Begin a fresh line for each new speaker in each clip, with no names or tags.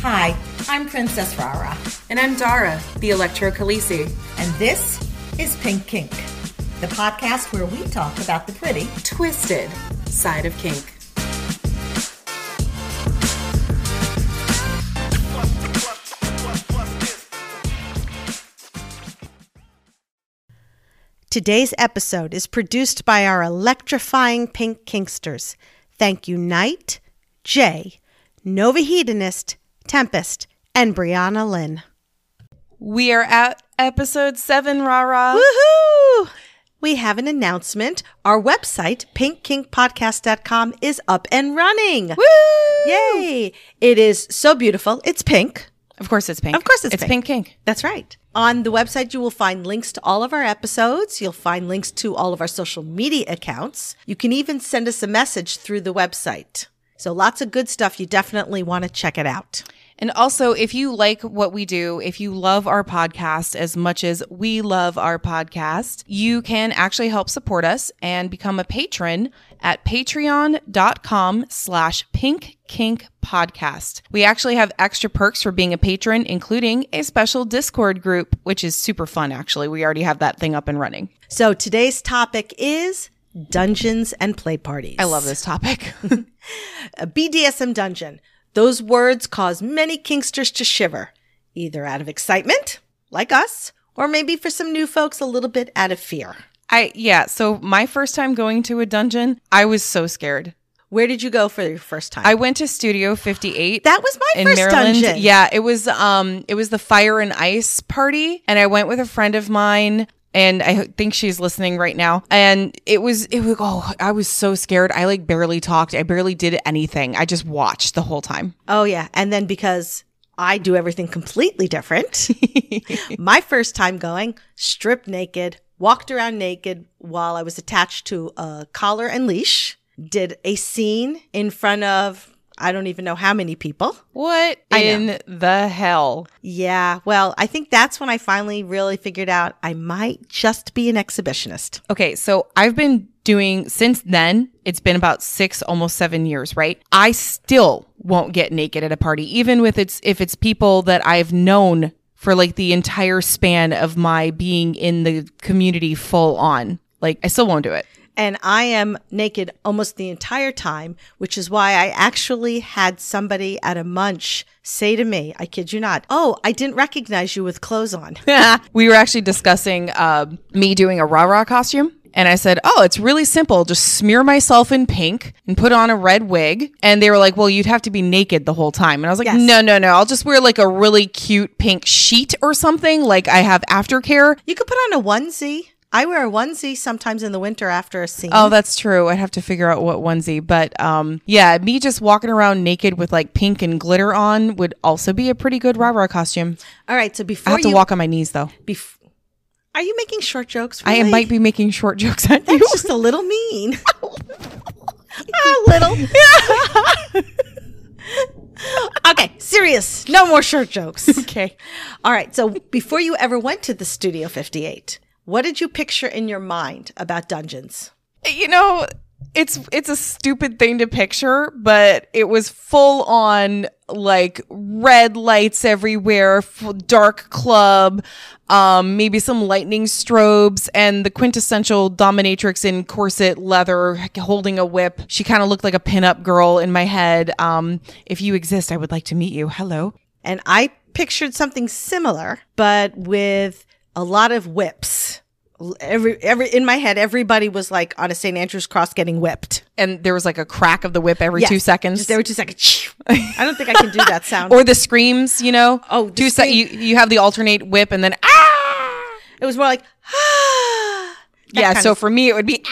Hi, I'm Princess Rara,
And I'm Dara, the Electro Khaleesi.
and this is Pink Kink, the podcast where we talk about the pretty.
Twisted side of kink.
Today's episode is produced by our electrifying pink kinksters. Thank you, Knight, Jay, Nova Hedonist, Tempest, and Brianna Lynn.
We are at episode seven, rah rah.
Woohoo! We have an announcement. Our website, pinkkinkpodcast.com, is up and running. Woo! Yay! It is so beautiful. It's pink.
Of course it's pink.
Of course it's
it's
pink.
pink kink.
That's right. On the website, you will find links to all of our episodes. You'll find links to all of our social media accounts. You can even send us a message through the website. So lots of good stuff. You definitely want to check it out.
And also, if you like what we do, if you love our podcast as much as we love our podcast, you can actually help support us and become a patron at patreon.com slash pink kink podcast. We actually have extra perks for being a patron, including a special Discord group, which is super fun, actually. We already have that thing up and running.
So today's topic is dungeons and play parties.
I love this topic.
A BDSM dungeon. Those words cause many kinksters to shiver, either out of excitement, like us, or maybe for some new folks, a little bit out of fear.
I, yeah. So my first time going to a dungeon, I was so scared.
Where did you go for your first time?
I went to Studio 58.
That was my
in
first
Maryland.
dungeon.
Yeah, it was um it was the fire and ice party and I went with a friend of mine and I think she's listening right now. And it was it was oh, I was so scared. I like barely talked. I barely did anything. I just watched the whole time.
Oh yeah, and then because I do everything completely different. my first time going, stripped naked, walked around naked while I was attached to a collar and leash, did a scene in front of I don't even know how many people.
What in the hell?
Yeah, well, I think that's when I finally really figured out I might just be an exhibitionist.
Okay, so I've been doing since then, it's been about six, almost seven years, right? I still won't get naked at a party, even with it's if it's people that I've known for like the entire span of my being in the community full on. Like I still won't do it.
and I am naked almost the entire time, which is why I actually had somebody at a munch say to me, I kid you not, oh, I didn't recognize you with clothes on.
we were actually discussing um me doing a rah rah costume. And I said, Oh, it's really simple. Just smear myself in pink and put on a red wig. And they were like, Well, you'd have to be naked the whole time. And I was like,
Yes.
No, no, no. I'll just wear like a really cute pink sheet or something. Like I have aftercare.
you could put on a onesie. I wear a onesie sometimes in the winter after a scene.
Oh, that's true. I'd have to figure out what onesie. But um, yeah, me just walking around naked with like pink and glitter on would also be a pretty good rah rah costume.
All right. So
I
before
have to
you,
walk on my knees though.
bef- are you making short jokes?
I
really?
might be making short jokes at you.
That's just a little mean. a little. okay, serious. No more short jokes.
Okay.
All right. So before you ever went to the Studio 58, what did you picture in your mind about dungeons?
you know it's it's a stupid thing to picture but it was full on like red lights everywhere f- dark club um maybe some lightning strobes and the quintessential dominatrix in corset leather holding a whip she kind of looked like a pinup girl in my head um if you exist i would like to meet you hello
And I pictured something similar, but with a lot of whips. L- Every every in my head, everybody was like on a St. Andrew's cross getting whipped.
and there was like a crack of the whip every
Yes.
two seconds
Just every two seconds. I don't think I can do that sound.
or the screams you know
Oh, the
two sec-
scream-
you, you have the alternate whip and then ah
it was more like ah. that
yeah
kind
so
of-
for me it would be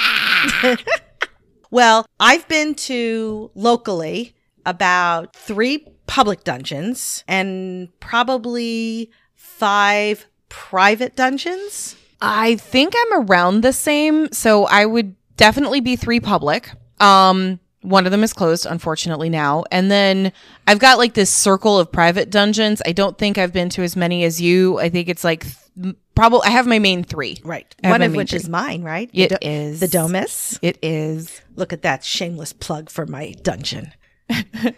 Well, I've been to locally about three public dungeons and probably five private dungeons.
i think i'm around the same so i would definitely be three public um one of them is closed unfortunately now and then i've got like this circle of private dungeons i don't think i've been to as many as you i think it's like th- probably i have my main three
Right.
I have
One
my
of
main
which
three.
is mine, right?
It
the, do-
is.
the Domus.
it is
Look at that shameless plug for my dungeon.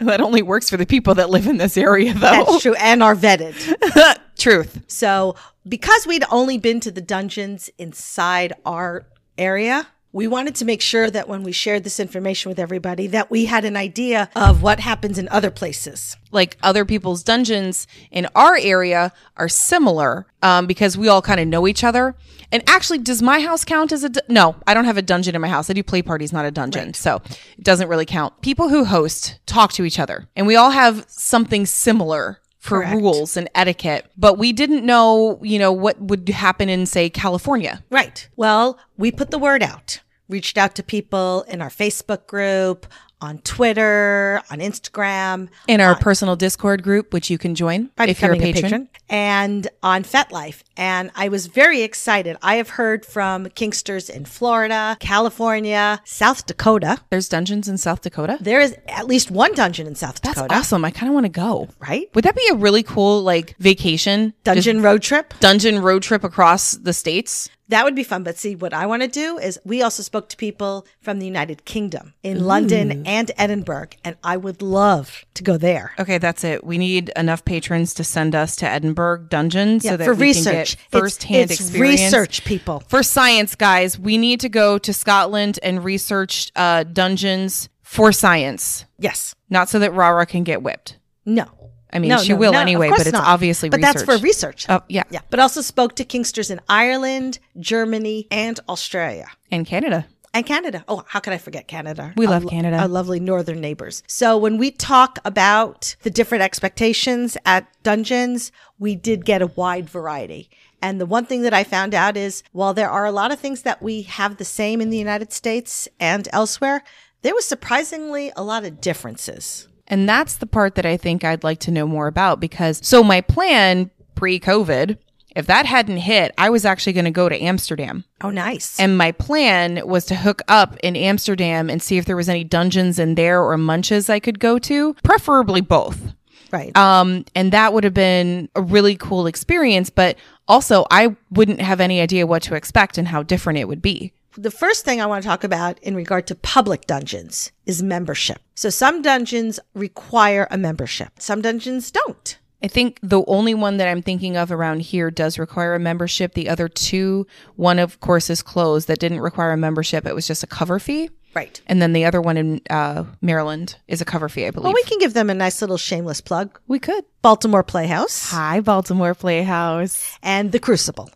that only works for the people that live in this area, though.
That's true, and are vetted.
Truth.
So, because we'd only been to the dungeons inside our area, we wanted to make sure that when we shared this information with everybody that we had an idea of what happens in other places.
Like other people's dungeons in our area are similar um, because we all kind of know each other. And actually, does my house count as a? Du- no, I don't have a dungeon in my house. I do play parties, not a dungeon, so it doesn't really count. People who host talk to each other, and we all have something similar for
Correct.
rules and etiquette. But we didn't know, you know, what would happen in say California.
Right. Well, we put the word out, reached out to people in our Facebook group, on Twitter, on Instagram,
in our personal Discord group, which you can join
by
if you're a
becoming
patron.
and on FetLife. And I was very excited. I have heard from Kingsters in Florida, California, South Dakota.
There's dungeons in South Dakota.
There is at least one dungeon in South
That's
Dakota,
awesome. I kind of want to go.
right?
Would that be a really cool like vacation
Dungeon road trip.
dungeon road trip across the states?
That would be fun. But see, what I want to do is we also spoke to people from the United Kingdom in London and Edinburgh, and I would love to go there.
Okay, that's it. We need enough patrons to send us to Edinburgh Dungeon so that
for
we can get
research, It's-
firsthand
it's,
experience.
Research people.
For science, guys, we need to go to Scotland and research uh, dungeons for science,
Yes.
not so that Rara can get whipped.
No.
I mean,
no,
she
no,
will
no, of
anyway,
course
but it's
not.
obviously
But
research.
that's for research.
Oh, yeah.
yeah. But also spoke to Kingsters in Ireland, Germany, and Australia.
And Canada.
And Canada. Oh, how could I forget Canada?
We
Our
love
lo-
Canada.
Our lovely northern neighbors. So when we talk about the different expectations at dungeons, we did get a wide variety. And the one thing that I found out is while there are a lot of things that we have the same in the United States and elsewhere, there was surprisingly a lot of differences.
And that's the part that I think I'd like to know more about because so my plan pre COVID, if that hadn't hit, I was actually going to go to Amsterdam.
Oh, nice.
And my plan was to hook up in Amsterdam and see if there was any dungeons in there or munches I could go to, preferably both.
right.
Um, and that would have been a really cool experience, but also I wouldn't have any idea what to expect and how different it would be.
the first thing I want to talk about in regard to public dungeons is membership. So some dungeons require a membership. Some dungeons don't.
I think the only one that I'm thinking of around here does require a membership. The other two, one of course is closed that didn't require a membership. It was just a cover fee.
Right.
And then the other one in uh, Maryland is a cover fee, I believe.
Well, we can give them a nice little shameless plug.
Oh, we could.
Baltimore Playhouse
Hi, Baltimore Playhouse.
and the Crucible.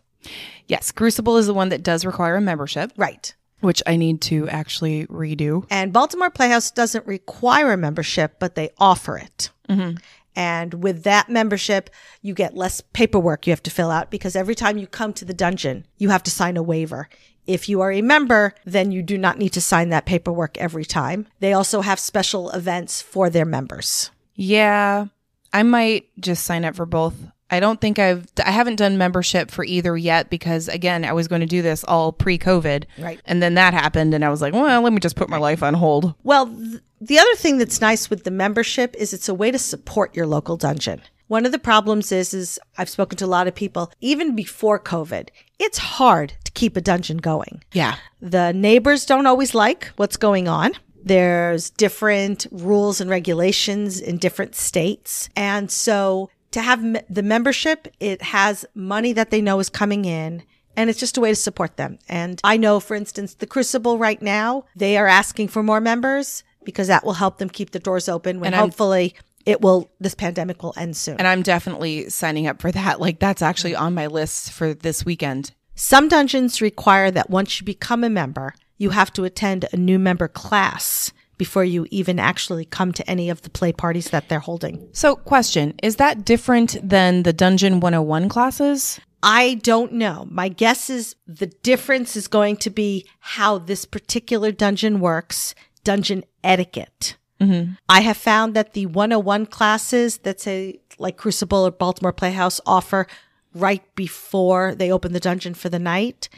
Yes, Crucible is the one that does require a membership,
Right.
which I need to actually redo.
And Baltimore Playhouse doesn't require a membership, but they offer it. And with that membership, you get less paperwork you have to fill out because every time you come to the dungeon, you have to sign a waiver. If you are a member, then you do not need to sign that paperwork every time. They also have special events for their members.
Yeah, I might just sign up for both. I don't think I've I haven't done membership for either yet because again, I was going to do this all pre-COVID.
Right.
And then that happened and I was like, well, let me just put my life on hold.
Well, th- the other thing that's nice with the membership is it's a way to support your local dungeon. One of the problems is is I've spoken to a lot of people even before COVID. It's hard to keep a dungeon going.
Yeah.
The neighbors don't always like what's going on. There's different rules and regulations in different states. And so to have me- the membership, it has money that they know is coming in. And it's just a way to support them. And I know, for instance, the Crucible right now, they are asking for more members because that will help them keep the doors open when
And I'm-
hopefully it will, this pandemic will end soon.
And I'm definitely signing up for that. Like that's actually on my list for this weekend.
Some dungeons require that once you become a member, you have to attend a new member class before you even actually come to any of the play parties that they're holding.
So, question, is that different than the Dungeon 101 classes?
I don't know. My guess is the difference is going to be how this particular dungeon works, dungeon etiquette. I have found that the 101 classes that say like Crucible or Baltimore Playhouse offer right before they open the dungeon for the night.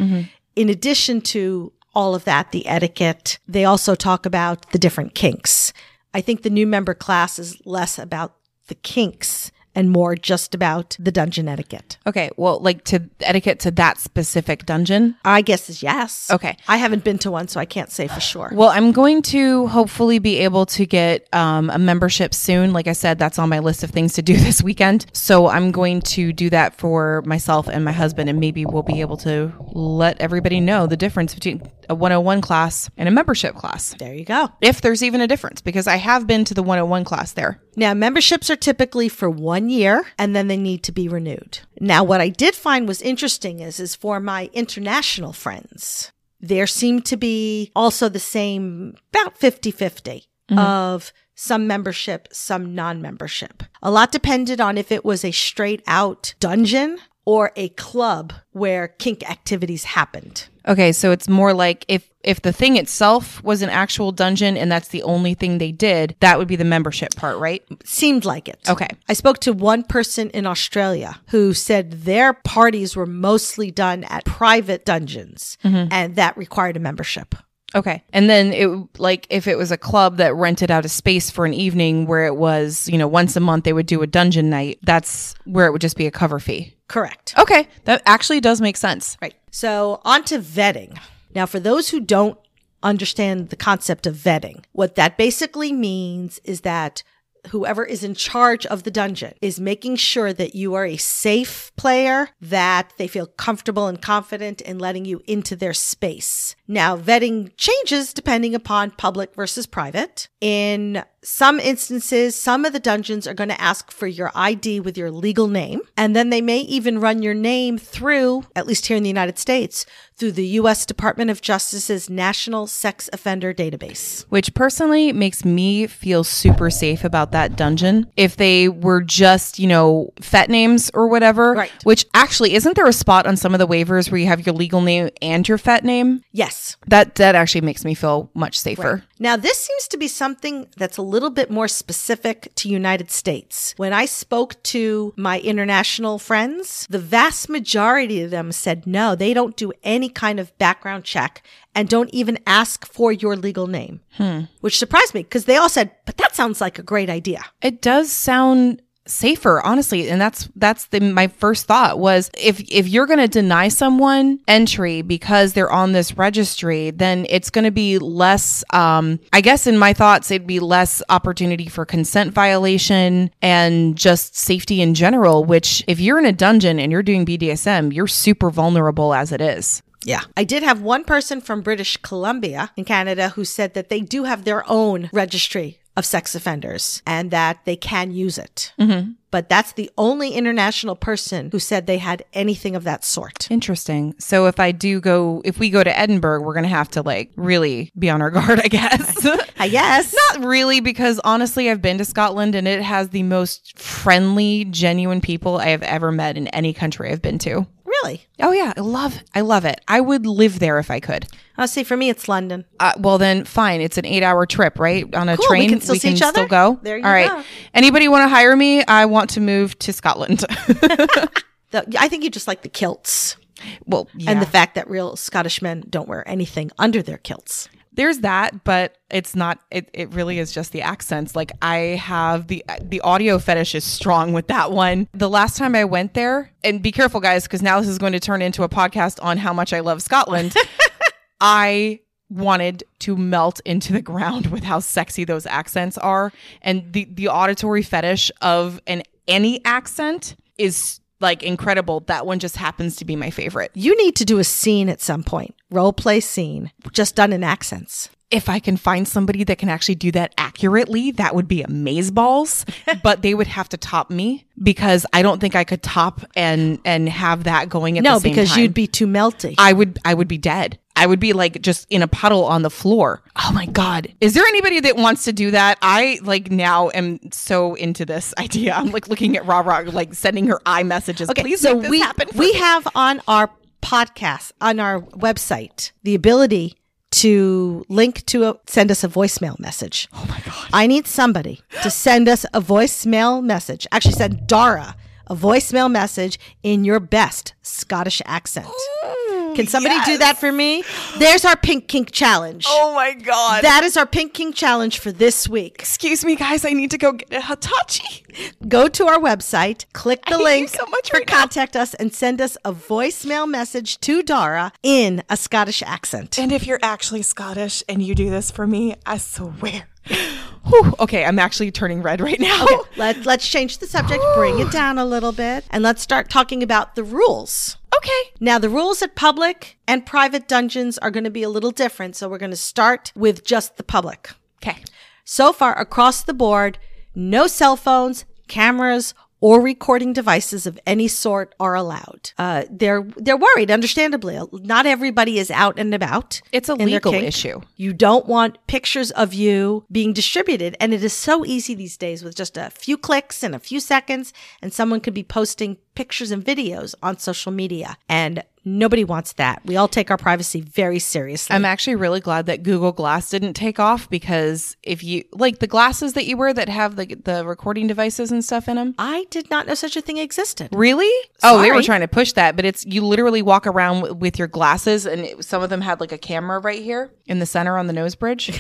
In addition to all of that, the etiquette, they also talk about the different kinks. I think the new member class is less about the kinks and more just about the dungeon etiquette.
Okay. Well, like to etiquette to that specific dungeon.
I guess is yes.
Okay.
I haven't been to one, so I can't say for sure.
Well, I'm going to hopefully be able to get um, a membership soon. Like I said, that's on my list of things to do this weekend. So I'm going to do that for myself and my husband, and maybe we'll be able to let everybody know the difference between a 101 class and a membership class.
There you go.
If there's even a difference, because I have been to the 101 class there.
Now, memberships are typically for one year and then they need to be renewed. Now, what I did find was interesting is, is for my international friends, there seemed to be also the same, about 50 50
Mm-hmm.
of some membership, some non membership. A lot depended on if it was a straight out dungeon or a club where kink activities happened.
Okay, so it's more like if if the thing itself was an actual dungeon and that's the only thing they did, that would be the membership part, right?
Seemed like it.
Okay.
I spoke to one person in Australia who said their parties were mostly done at private dungeons and that required a membership.
Okay. And then it like if it was a club that rented out a space for an evening where it was, you know, once a month they would do a dungeon night, that's where it would just be a cover fee.
Correct.
Okay. That actually does make sense.
Right. So, on to vetting. Now, for those who don't understand the concept of vetting, what that basically means is that whoever is in charge of the dungeon is making sure that you are a safe player, that they feel comfortable and confident in letting you into their space. Now, vetting changes depending upon public versus private. In some instances, some of the dungeons are going to ask for your ID with your legal name, and then they may even run your name through, at least here in the United States, through the U.S. Department of Justice's National Sex Offender Database.
Which personally makes me feel super safe about that dungeon. If they were just, you know, fet names or whatever,
Right.
which actually isn't there a spot on some of the waivers where you have your legal name and your fet name?
Yes.
That that actually makes me feel much safer.
Now, this seems to be something that's a little bit more specific to United States. When I spoke to my international friends, the vast majority of them said no, they don't do any kind of background check and don't even ask for your legal name, which surprised me because they all said, but that sounds like a great idea.
It does sound safer honestly and that's that's the my first thought was if if you're going to deny someone entry because they're on this registry then it's going to be less um i guess in my thoughts it'd be less opportunity for consent violation and just safety in general which if you're in a dungeon and you're doing BDSM you're super vulnerable as it is
Yeah. I did have one person from British Columbia in Canada who said that they do have their own registry of sex offenders and that they can use it. But that's the only international person who said they had anything of that sort.
interesting so if i do go if we go to edinburgh we're going to have to like really be on our guard i guess
I guess.
Not really, because honestly, I've been to Scotland and it has the most friendly, genuine people I have ever met in any country I've been to.
Really?
Oh yeah, I love, I love it. I would live there if I could.
Oh, see, for me, it's London.
Uh, well, then fine. It's an eight-hour trip, right? On a
Cool, we
train,
can still see each other.
go.
There you
All right.
go.
Anybody want to hire me? I want to move to Scotland.
The, I think you just like the kilts
well,
and the fact that real Scottish men don't wear anything under their kilts.
there's that but it's not it, it really is just the accents like i have the the audio fetish is strong with that one the last time i went there and be careful guys because now this is going to turn into a podcast on how much i love scotland i wanted to melt into the ground with how sexy those accents are and the the auditory fetish of an any accent is like incredible that one just happens to be my favorite
You need to do a scene at some point, role play scene, just done in accents.
if I can find somebody that can actually do that accurately, that would be amazeballs. but they would have to top me because I don't think I could top and and have that going at
No,
the same
because
time.
you'd be too melty.
I would I would be dead. I would be like just in a puddle on the floor. Oh my god. Is there anybody that wants to do that? I like now am so into this idea. I'm like looking at Ra Ra like sending her eye messages. Please make this
we
happen for
we
me.
have on our podcast on our website the ability to link to a, send us a voicemail message. Oh my god! I need somebody to send us a voicemail message. Actually, send Dara a voicemail message in your best Scottish accent. Can somebody do that for me? There's our pink kink challenge.
Oh my god.
That is our pink kink challenge for this week.
Excuse me, guys. I need to go get a Hitachi.
Go to our website, click the
hate you
link
so much
for
right now.
contact us, and send us a voicemail message to Dara in a Scottish accent.
And if you're actually Scottish and you do this for me, I swear. Whew, okay, I'm actually turning red right now. Okay.
Let, let's change the subject, bring it down a little bit, and let's start talking about the rules. Now, the rules at public and private dungeons are going to be a little different, so we're going to start with just the public.
Okay.
So far, across the board, no cell phones, cameras, or recording devices of any sort are allowed. Uh, they're they're worried, understandably. Not everybody is out and about.
It's a
in their
legal
kink.
issue.
You don't want pictures of you being distributed, and it is so easy these days with just a few clicks and a few seconds, and someone could be posting pictures and videos on social media, and nobody wants that. We all take our privacy very seriously.
I'm actually really glad that Google Glass didn't take off because if you like the glasses that you wear that have the the recording devices and stuff in them.
I did not know such a thing existed.
Really? Oh, they were
Sorry.
trying to push that, but it's you literally walk around w- with your glasses and it, some of them had like a camera right here in the center on the nose bridge.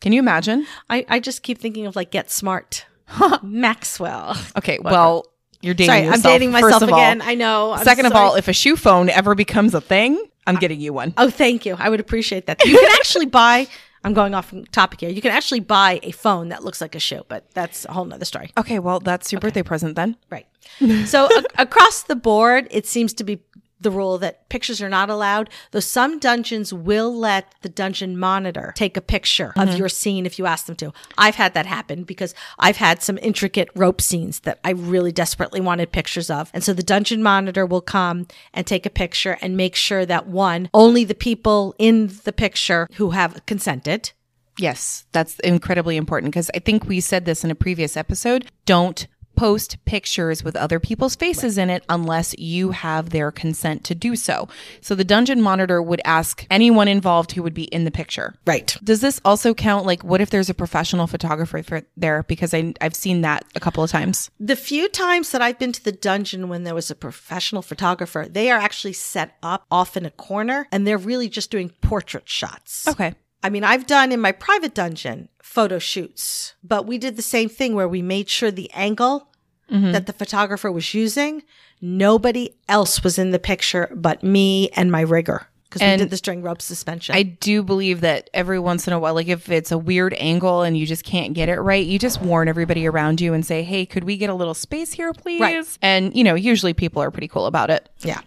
Can you imagine?
I, I just keep thinking of like Get Smart. Maxwell.
Okay, well, you're dating
Sorry,
yourself.
I'm dating
first
myself
of all.
again. I know. I'm
Second of
sorry.
all, if a shoe phone ever becomes a thing, I'm getting you one.
oh, thank you. I would appreciate that. You can actually buy, I'm going off topic here. You can actually buy a phone that looks like a shoe, but that's a whole nother story.
Okay, well, that's your birthday present then.
Right. So a- across the board, it seems to be the rule that pictures are not allowed, though some dungeons will let the dungeon monitor take a picture of your scene if you ask them to. I've had that happen because I've had some intricate rope scenes that I really desperately wanted pictures of. And so the dungeon monitor will come and take a picture and make sure that one, only the people in the picture who have consented.
Yes, that's incredibly important because I think we said this in a previous episode. Don't post pictures with other people's faces in it unless you have their consent to do so. So the dungeon monitor would ask anyone involved who would be in the picture.
Right.
Does this also count? Like, what if there's a professional photographer for there? Because I, I've seen that a couple of times.
The few times that I've been to the dungeon when there was a professional photographer, they are actually set up off in a corner and they're really just doing portrait shots.
Okay.
I mean, I've done in my private dungeon photo shoots, but we did the same thing where we made sure the angle
Mm-hmm.
that the photographer was using, nobody else was in the picture but me and my rigger because we
And
did this during rope suspension.
I do believe that every once in a while, like if it's a weird angle and you just can't get it right, you just warn everybody around you and say, hey, could we get a little space here, please?
Right.
And, you know, usually people are pretty cool about it.
yeah.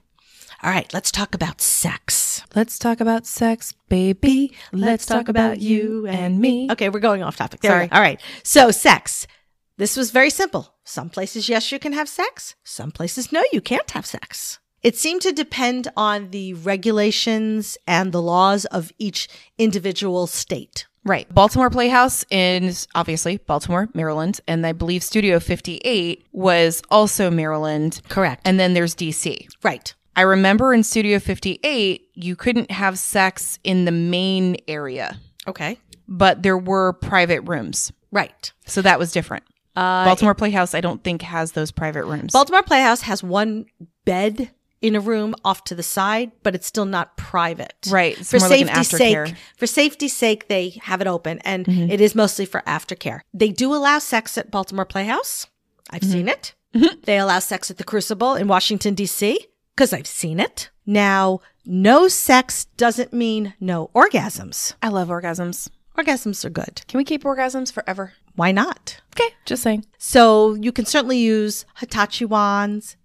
All right, let's talk about sex.
Let's talk about sex, baby. Let's talk about you and me.
Okay, we're going off topic. There we
Sorry.
go. All right. So, sex. This was very simple. Some places, yes, you can have sex. Some places, no, you can't have sex. It seemed to depend on the regulations and the laws of each individual state.
Right. Baltimore Playhouse in obviously Baltimore, Maryland. And I believe Studio 58 was also Maryland.
Correct.
And then there's DC.
Right.
I remember in Studio 58, you couldn't have sex in the main area.
Okay.
but there were private rooms.
Right.
So that was different.
Uh,
Baltimore Playhouse, I don't think, has those private rooms.
Baltimore Playhouse has one bed in a room off to the side, but it's still not private.
Right. It's
for
more like an
safety's
aftercare. Mm-hmm.
sake, for safety's sake, they have it open, and it is mostly for aftercare. They do allow sex at Baltimore Playhouse. I've
Mm-hmm.
seen it. They allow sex at the Crucible in Washington D.C. because I've seen it. Now, no sex doesn't mean no orgasms.
I love orgasms.
Orgasms are good.
Can we keep orgasms forever?
Why not?
Okay. Just saying.
So you can certainly use Hitachi wands,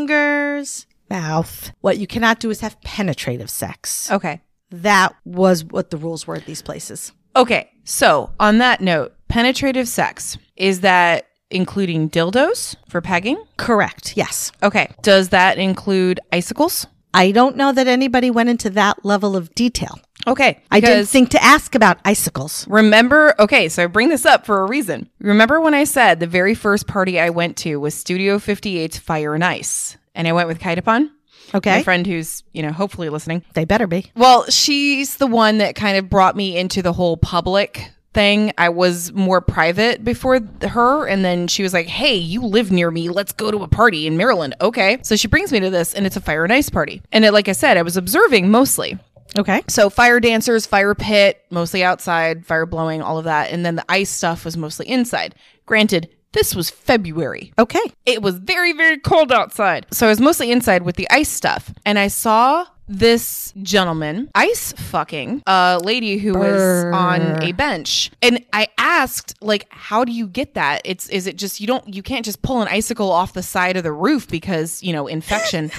fingers, mouth. What you cannot do is have penetrative sex.
Okay.
That was what the rules were at these places.
Okay. So on that note, penetrative sex is that including dildos for pegging?
Correct. Yes.
Okay. Does that include icicles?
I don't know that anybody went into that level of detail.
Okay.
I didn't
because-
think to ask about icicles.
Remember, okay, so I bring this up for a reason. Remember when I said the very first party I went to was Studio 58's Fire and Ice, and I went with Kaitapan,
Okay.
my friend who's, you know, hopefully listening.
They better be.
Well, she's the one that kind of brought me into the whole public thing. I was more private before th- her. And then she was like, hey, you live near me. Let's go to a party in Maryland. Okay. So she brings me to this, and it's a fire and ice party. And it, like I said, I was observing mostly.
Okay.
So fire dancers, fire pit, mostly outside, fire blowing, all of that. And then the ice stuff was mostly inside. Granted, this was February.
Okay.
It was very, very cold outside. So I was mostly inside with the ice stuff. And I saw this gentleman ice fucking a lady who was on a bench. And I asked, like, how do you get that? It's is it just you don't you can't just pull an icicle off the side of the roof because, you know, infection.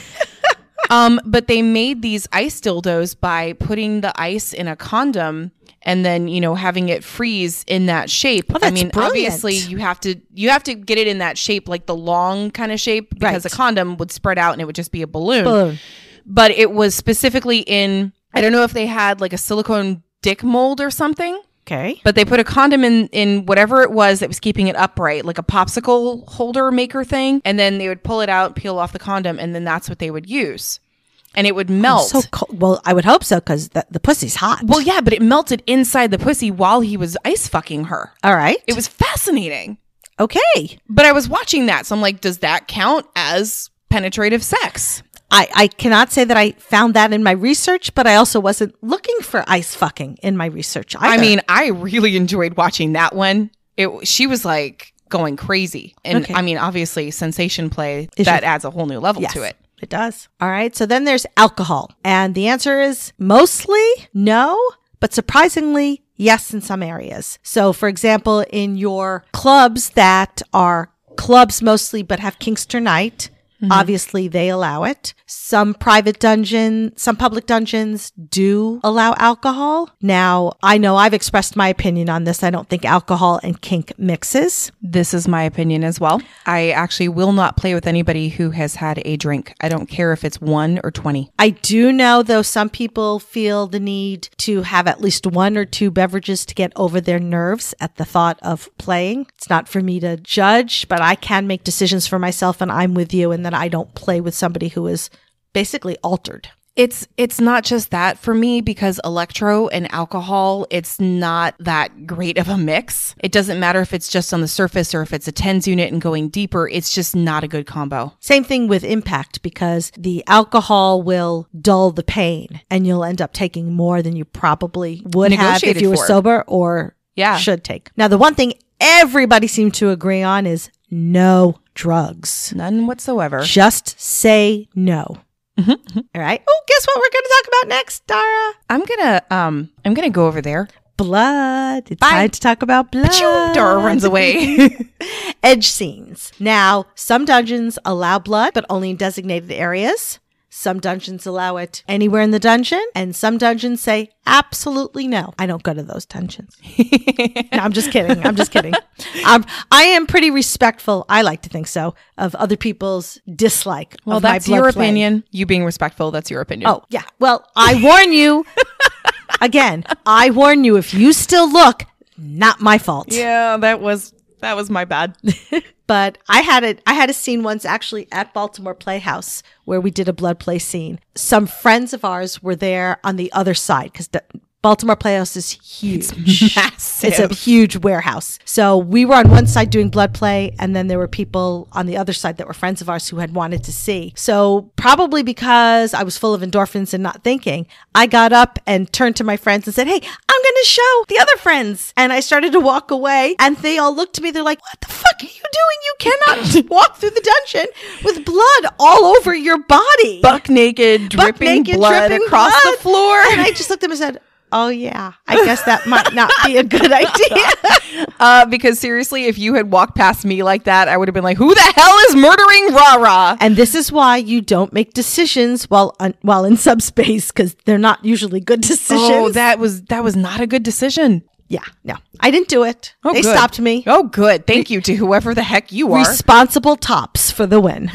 Um, but they made these ice dildos by putting the ice in a condom and then you know having it freeze in that shape. I
Oh, that's
mean,
brilliant.
obviously you have to you have to get it in that shape, like the long kind of shape, because
Right.
a condom would spread out and it would just be a balloon.
Balloon.
But it was specifically in I don't know if they had like a silicone dick mold or something.
Okay.
But they put a condom in in whatever it was that was keeping it upright, like a popsicle holder maker thing, and then they would pull it out, peel off the condom, and then that's what they would use. And it would melt.
So cold. Well, I would hope so because the, the pussy's hot.
well, yeah, but it melted inside the pussy while he was ice fucking her.
all right.
It was fascinating.
okay.
But I was watching that, so I'm like, does that count as penetrative sex?
I, I cannot say that I found that in my research, but I also wasn't looking for ice fucking in my research. Either.
I mean, I really enjoyed watching that one. It she was like going crazy. And
Okay.
I mean, obviously sensation play
Is
that
your-
adds a whole new level
Yes,
to it.
It does. All right. So then there's alcohol. And the answer is mostly no, but surprisingly, yes, in some areas. So, for example, in your clubs that are clubs mostly, but have Kingster night,
Mm-hmm.
obviously they allow it. Some private dungeon, some public dungeons do allow alcohol. Now, I know I've expressed my opinion on this. I don't think alcohol and kink mixes.
This is my opinion as well. I actually will not play with anybody who has had a drink. I don't care if it's one or 20.
I do know, though, some people feel the need to have at least one or two beverages to get over their nerves at the thought of playing. It's not for me to judge, but I can make decisions for myself, and I'm with you, and then I don't play with somebody who is basically altered.
It's it's not just that for me because electro and alcohol it's not that great of a mix. It doesn't matter if it's just on the surface or if it's a tens unit and going deeper, it's just not a good combo.
Same thing with impact because the alcohol will dull the pain and you'll end up taking more than you probably would have if
Negotiated
you were
for.
sober or
Yeah.
should take. Now, the one thing everybody seemed to agree on is no drugs.
None whatsoever.
Just say no.
Mm-hmm,
All right. Oh, guess what we're going to talk about next, Dara?
I'm going to um I'm going to go over there.
Blood. It's
Bye.
time to talk about blood.
Achoo! Dara runs away.
Edge scenes. Now, some dungeons allow blood, but only in designated areas. Some dungeons allow it anywhere in the dungeon, and some dungeons say absolutely no. I don't go to those dungeons. no, I'm just kidding. I'm just kidding. I'm, I am pretty respectful. I like to think so of other people's dislike.
well,
of my
that's
blood
your
playing.
opinion. You being respectful, that's your opinion.
Oh, yeah. Well, I warn you. Again, I warn you if you still look, not my fault.
Yeah, that was that was my bad.
But I had it I had a scene once actually at Baltimore Playhouse where we did a blood play scene. Some friends of ours were there on the other side cuz Baltimore Playhouse is huge.
Massive.
It's a huge warehouse. So we were on one side doing blood play, and then there were people on the other side that were friends of ours who had wanted to see. So probably because I was full of endorphins and not thinking, I got up and turned to my friends and said, Hey, I'm going to show the other friends. And I started to walk away, and they all looked at me. They're like, What the fuck are you doing? You cannot walk through the dungeon with blood all over your body
buck naked, dripping
naked,
blood
dripping
across
blood.
the floor.
And I just looked at him and said, Oh, yeah, I guess that might not be a good idea.
Uh, because seriously, if you had walked past me like that, I would have been like, "Who the hell is murdering Rara?"
And this is why you don't make decisions while on, while in subspace because they're not usually good decisions.
Oh, that was that was not a good decision.
yeah, no, I didn't do it.
Oh,
they
good.
stopped me.
Oh, good. Thank you to whoever the heck you are.
Responsible tops for the win.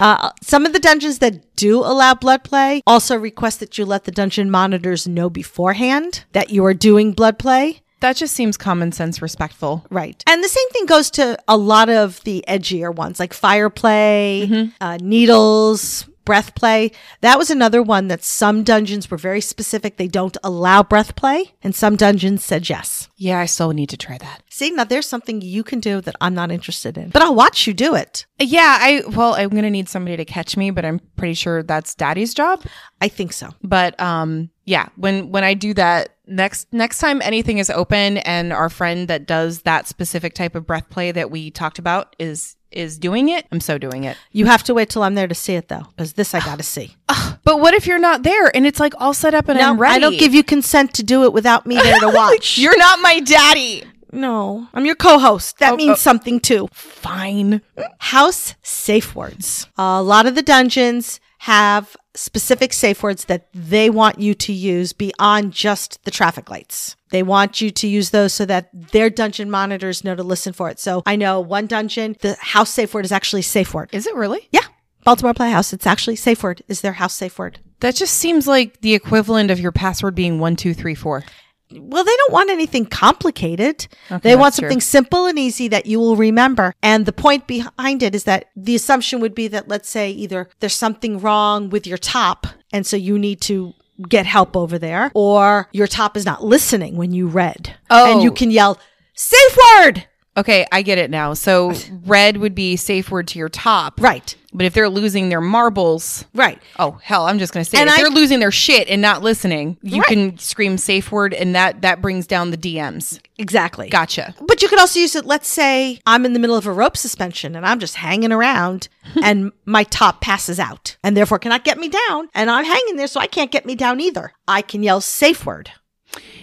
uh, some of the dungeons that do allow blood play also request that you let the dungeon monitors know beforehand that you are doing blood play.
that just seems common sense, respectful.
Right. And the same thing goes
Mm-hmm.
to a lot of the edgier ones like fire play, uh, needles, breath play. That was another one that some dungeons were very specific. They don't allow breath play, and some dungeons said yes.
Yeah, I so need to try that.
See, now there's something you can do that I'm not interested in, but I'll watch you do it.
Yeah, I well, I'm gonna need somebody to catch me, but I'm pretty sure that's Daddy's job.
I think so.
But um, yeah, when when I do that next next time anything is open and our friend that does that specific type of breath play that we talked about is is doing it, I'm so doing it.
You have to wait till I'm there to see it though, because this I got to see.
But what if you're not there and it's like all set up and
No,
I'm ready?
I don't give you consent to do it without me there to watch.
You're not my daddy.
no, I'm your co-host.
Oh,
That means something too.
Fine.
House safe words. A lot of the dungeons have specific safe words that they want you to use beyond just the traffic lights. They want you to use those so that their dungeon monitors know to listen for it. So I know one dungeon, the house safe word is actually safe word.
Is it really?
Yeah. Baltimore Playhouse, it's actually safe word is their house safe word.
That just seems like the equivalent of your password being one two three four.
Well, they don't want anything complicated. they want
that's true.
something simple and easy that you will remember. And the point behind it is that the assumption would be that, let's say, either there's something wrong with your top, and so you need to get help over there, or your top is not listening when you read. And you
Oh.
can yell, safe word!
Okay, I get it now. So red would be safe word to your top.
Right,
But if they're losing their marbles,
right.
oh hell, I'm just gonna say
And I-
if they're losing their shit and not listening, you
Right.
can scream safe word and that that brings down the DMs.
Exactly.
Gotcha.
But you could also use it. Let's say I'm in the middle of a rope suspension and I'm just hanging around and my top passes out and therefore cannot get me down. And I'm hanging there, so I can't get me down either. I can yell safe word.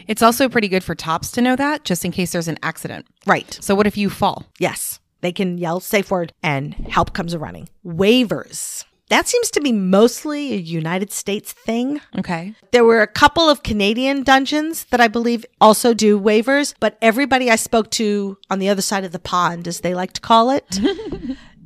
It's also pretty good for tops to know that, just in case there's an accident.
Right.
So what if you fall?
Yes. They can yell safe word and help comes a running. Waivers. That seems to be mostly a United States thing.
Okay.
There were a couple of Canadian dungeons that I believe also do waivers, but everybody I spoke to on the other side of the pond, as they like to call it,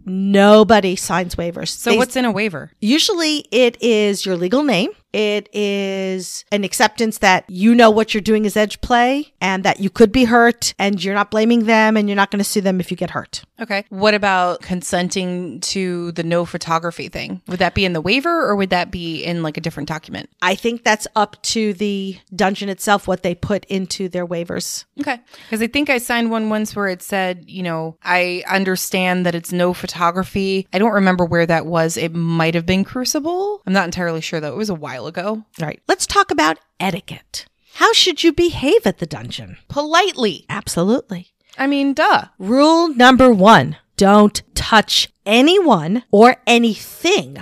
nobody signs waivers.
So
They-
what's in a waiver?
Usually it is your legal name. It is an acceptance that you know what you're doing is edge play and that you could be hurt and you're not blaming them and you're not going to sue them if you get hurt.
Okay. What about consenting to the no photography thing? Would that be in the waiver or would that be in like a different document?
I think that's up to the dungeon itself what they put into their waivers.
Okay. Because I think I signed one once where it said, you know, I understand that it's no photography. I don't remember where that was. It might have been Crucible. I'm not entirely sure though. It was a while ago.
All right, let's talk about etiquette. How should you behave at the dungeon?
Politely.
Absolutely.
I mean, duh.
Rule number one don't touch anyone or anything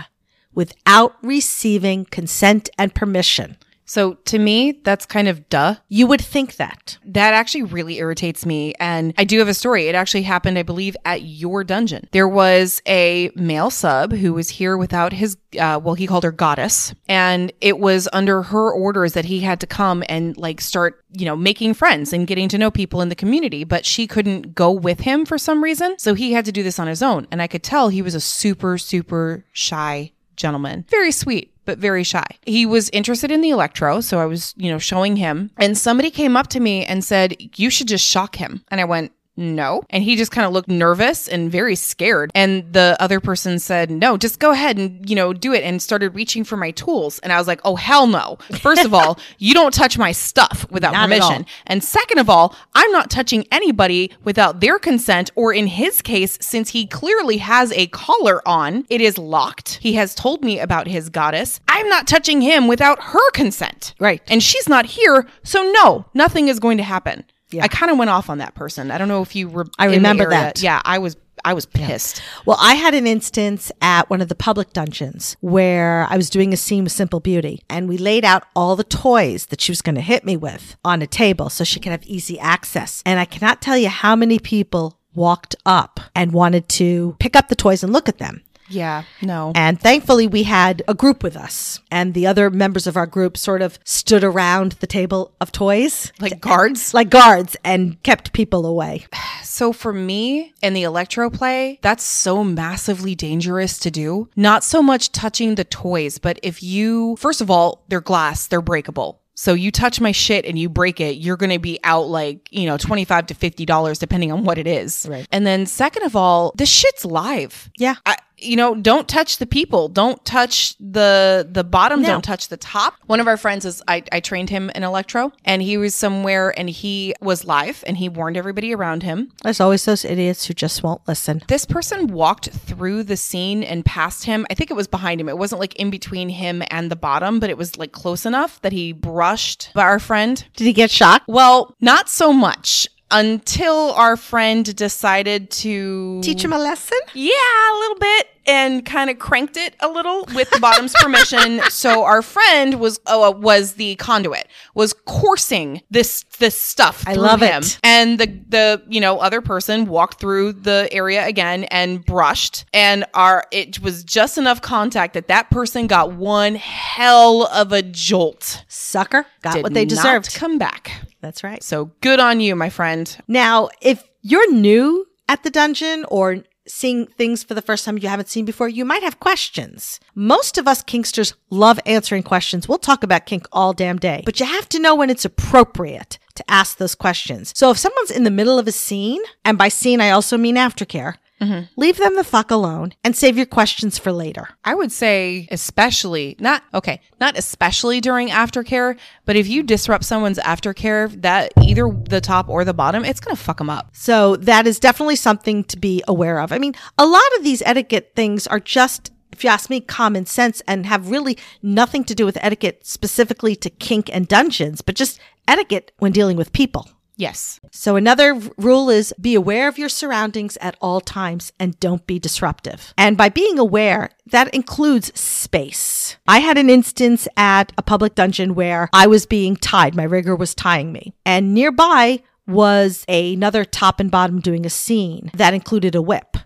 without receiving consent and permission.
So to me, that's kind of duh.
You would think that.
That actually really irritates me. And I do have a story. It actually happened, I believe, at your dungeon. There was a male sub who was here without his, uh, well, he called her goddess. And it was under her orders that he had to come and like start, you know, making friends and getting to know people in the community. But she couldn't go with him for some reason. So he had to do this on his own. And I could tell he was a super, super shy gentleman. Very sweet, but very shy. He was interested in the electro, so I was, you know, showing him. And somebody came up to me and said, "You should just shock him." And I went, "No." And he just kind of looked nervous and very scared. And the other person said, "No, just go ahead and, you know, do it." And started reaching for my tools. And I was like, "Oh, hell no. First of all, you don't touch my stuff without
Not at all.
permission. And second of all, I'm not touching anybody without their consent, or in his case, since he clearly has a collar on, it is locked. He has told me about his goddess. I'm not touching him without her consent.
Right.
And she's not here, so no, nothing is going to happen.
Yeah.
I kind of went off on that person. I don't know if you were.
I
in the
remember
area.
that.
Yeah, I was. I was pissed.
Well, I had an instance at one of the public dungeons where I was doing a scene with Simple Beauty and we laid out all the toys that she was going to hit me with on a table so she could have easy access. And I cannot tell you how many people walked up and wanted to pick up the toys and look at them.
Yeah. No.
And thankfully, we had a group with us, and the other members of our group sort of stood around the table of toys
like guards.
like guards and kept people away.
So for me and the electro play, that's so massively dangerous to do. Not so much touching the toys, but if you, first of all, they're glass, they're breakable. So you touch my shit and you break it, you're going to be out like, you know, 25 to $50 depending on what it is.
Right.
And then second of all, this shit's live.
Yeah.
I, you know, don't touch the people. Don't touch the the bottom. Don't touch the top. One of our friends is I, I trained him in electro and he was somewhere and he was live and he warned everybody around him.
There's always those idiots who just won't listen.
This person walked through the scene and past him. I think it was behind him. It wasn't like in between him and the bottom, but it was like close enough that he brushed by our friend.
Did he get shocked?
Well, not so much until our friend decided to
Teach him a lesson?
yeah, a little bit. And kind of cranked it a little with the bottom's permission. So our friend was oh, uh, was the conduit was coursing this this stuff.
I
through
love
him.
it.
And the the you know other person walked through the area again and brushed. And our it was just enough contact that that person got one hell of a jolt.
Sucker got
Did
what they
not
deserved.
Come back.
That's right.
So good on you, my friend.
Now, if you're new at the dungeon or seeing things for the first time you haven't seen before, you might have questions. Most of us kinksters love answering questions. We'll talk about kink all damn day, but you have to know when it's appropriate to ask those questions. So if someone's in the middle of a scene, and by scene I also mean aftercare,
Mm-hmm.
leave them the fuck alone and save your questions for later.
I would say, especially not okay, not especially during aftercare, but if you disrupt someone's aftercare, that either the top or the bottom, it's gonna fuck them up.
So that is definitely something to be aware of. I mean, a lot of these etiquette things are just, if you ask me, common sense and have really nothing to do with etiquette specifically to kink and dungeons, but just etiquette when dealing with people.
Yes,
So another v- rule is be aware of your surroundings at all times and don't be disruptive. And by being aware, that includes space. I had an instance at a public dungeon where I was being tied. My rigger was tying me. And nearby was another top and bottom doing a scene that included a whip.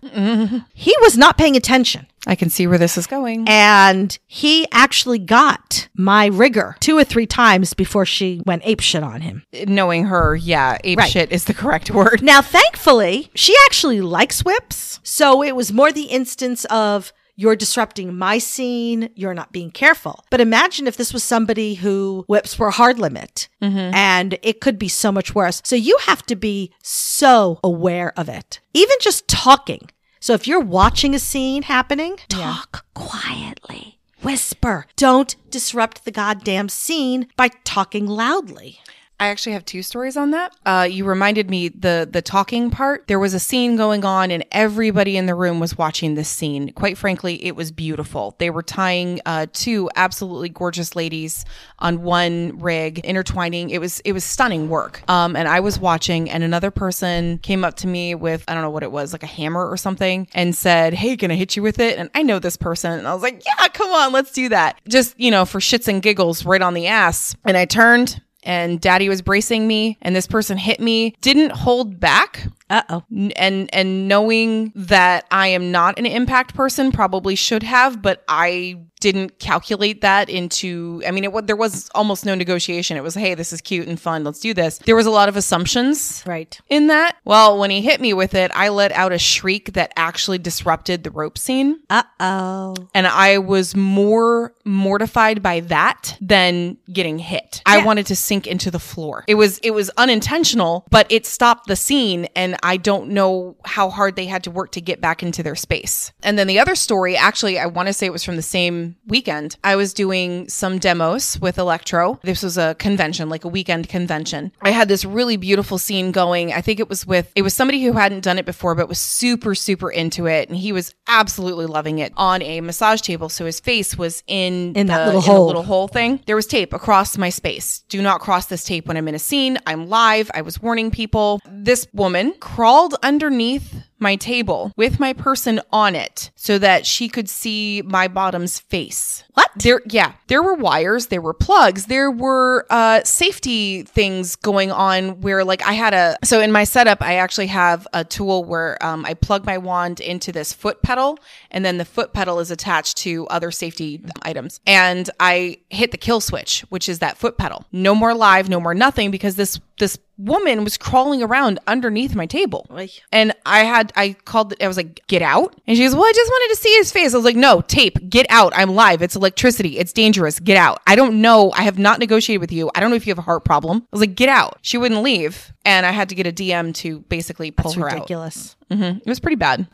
He was not paying attention.
I can see where this is going.
And he actually got my rigger two or three times before she went apeshit on him.
Knowing her, yeah, ape
Right.
shit is the correct word.
Now, thankfully, she actually likes whips. So it was more the instance of you're disrupting my scene, you're not being careful. But imagine if this was somebody who whips were hard limit and it could be so much worse. So you have to be so aware of it, even just talking. So if you're watching a scene happening, talk quietly. Whisper. Don't disrupt the goddamn scene by talking loudly.
I actually have two stories on that. Uh, you reminded me the the talking part. There was a scene going on, and everybody in the room was watching this scene. Quite frankly, it was beautiful. They were tying uh, two absolutely gorgeous ladies on one rig, intertwining. It was it was stunning work. Um, and I was watching, and another person came up to me with I don't know what it was, like a hammer or something, and said, "Hey, can I hit you with it?" And I know this person, and I was like, "Yeah, come on, let's do that." Just you know, for shits and giggles, right on the ass. And I turned and daddy was bracing me and this person hit me didn't hold back
Uh oh.
N- and and knowing that I am not an impact person probably should have but I didn't calculate that into I mean it wa- there was almost no negotiation it was hey this is cute and fun let's do this there was a lot of assumptions
Right.
in that well when he hit me with it I let out a shriek that actually disrupted the rope scene
Uh oh.
and I was more mortified by that than getting hit. I wanted to sink into the floor. It was it was unintentional, but it stopped the scene and I don't know how hard they had to work to get back into their space. And then the other story, actually I want to say it was from the same weekend. I was doing some demos with Electro. This was a convention, like a weekend convention. I had this really beautiful scene going. I think it was with it was somebody who hadn't done it before but was super super into it and he was absolutely loving it on a massage table so his face was in
In that
the-
little
in the
hole.
little whole thing. There was tape across my space. Do not cross this tape when I'm in a scene. I'm live. I was warning people. This woman crawled underneath my table with my person on it so that she could see my bottom's face.
What?
There yeah, there were wires, there were plugs, there were uh safety things going on where like I had a so in my setup I actually have a tool where um I plug my wand into this foot pedal and then the foot pedal is attached to other safety items. And I hit the kill switch, which is that foot pedal. No more live, no more nothing because this this woman was crawling around underneath my table.
Oy.
And I had I called, I was like, get out. And she goes, well, I just wanted to see his face. I was like, no, tape, get out. I'm live. It's electricity. It's dangerous. Get out. I don't know. I have not negotiated with you. I don't know if you have a heart problem. I was like, get out. She wouldn't leave. And I had to get a DM to basically pull
It's
her
ridiculous. Oh.
out. hmm It was pretty bad.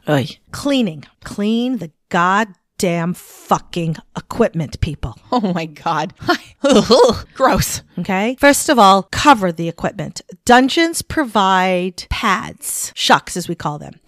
Cleaning. Clean the goddamn fucking equipment, people.
Oh my God. Ugh, Gross.
Okay. First of all, cover the equipment. Dungeons provide pads, shucks as we call them.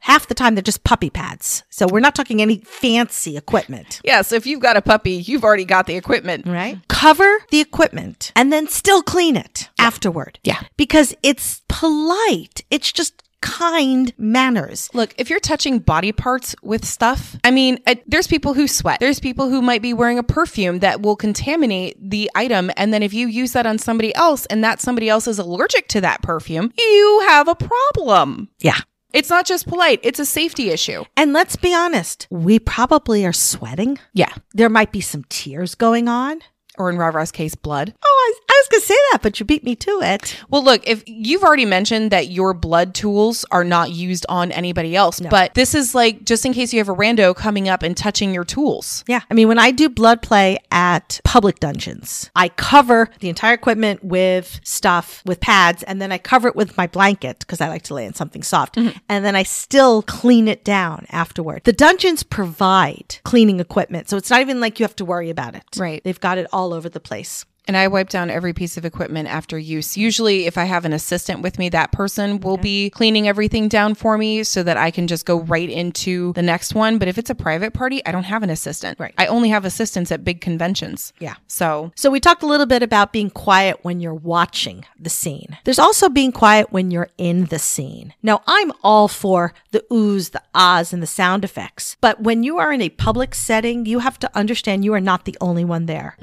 Half the time they're just puppy pads. So we're not talking any fancy equipment,
Yeah. So if you've got a puppy, you've already got the equipment.
right? Cover the equipment and then still clean it afterward.
Yeah.
Because it's polite. It's just kind manners.
Look, if you're touching body parts with stuff, I mean, uh there's people who sweat. There's people who might be wearing a perfume that will contaminate the item. And then if you use that on somebody else and that somebody else is allergic to that perfume, you have a problem.
Yeah.
It's not just polite, it's a safety issue.
And let's be honest, we probably are sweating.
Yeah.
There might be some tears going on.
Or in Rara's case, blood.
Oh, I, I was going to say that, but you beat me to it.
Well, look, if you've already mentioned that your blood tools are not used on anybody else, but this is like just in case you have a rando coming up and touching your tools.
Yeah. I mean, when I do blood play at public dungeons, I cover the entire equipment with stuff, with pads, and then I cover it with my blanket because I like to lay in something soft. And then I still clean it down afterward. The dungeons provide cleaning equipment. So it's not even like you have to worry about it.
Right.
They've got it all over the place.
And I wipe down every piece of equipment after use. Usually, if I have an assistant with me, that person will be cleaning everything down for me so that I can just go right into the next one. But if it's a private party, I don't have an assistant.
Right.
I only have assistants at big conventions.
Yeah.
So,
So we talked a little bit about being quiet when you're watching the scene. There's also being quiet when you're in the scene. Now, I'm all for the oohs, the ahs, and the sound effects. But when you are in a public setting, you have to understand you are not the only one there.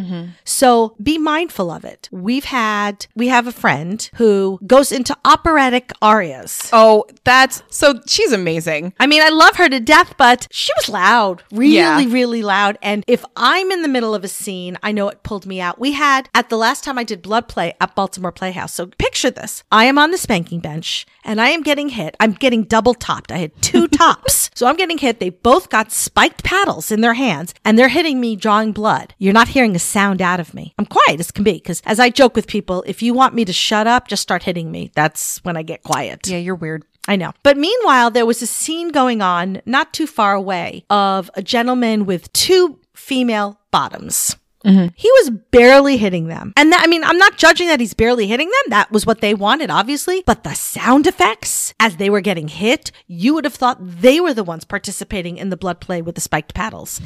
So be mindful of it. We've had, we have a friend who goes into operatic arias.
oh, that's so she's amazing.
I mean, I love her to death, but she was loud, really,
Yeah.
really loud. And if I'm in the middle of a scene, I know it pulled me out. We had at the last time I did blood play at Baltimore Playhouse. So picture this I am on the spanking bench and I am getting hit. I'm getting double topped. I had two tops. So I'm getting hit. They both got spiked paddles in their hands and they're hitting me, drawing blood. You're not hearing a sound out of me. I'm quiet as can be because as I joke with people, if you want me to shut up, just start hitting me. That's when I get quiet.
Yeah, you're weird.
I know. But meanwhile, there was a scene going on not too far away of a gentleman with two female bottoms. He was barely hitting them. And that, I mean, I'm not judging that he's barely hitting them. That was what they wanted, obviously. But the sound effects as they were getting hit, you would have thought they were the ones participating in the blood play with the spiked paddles.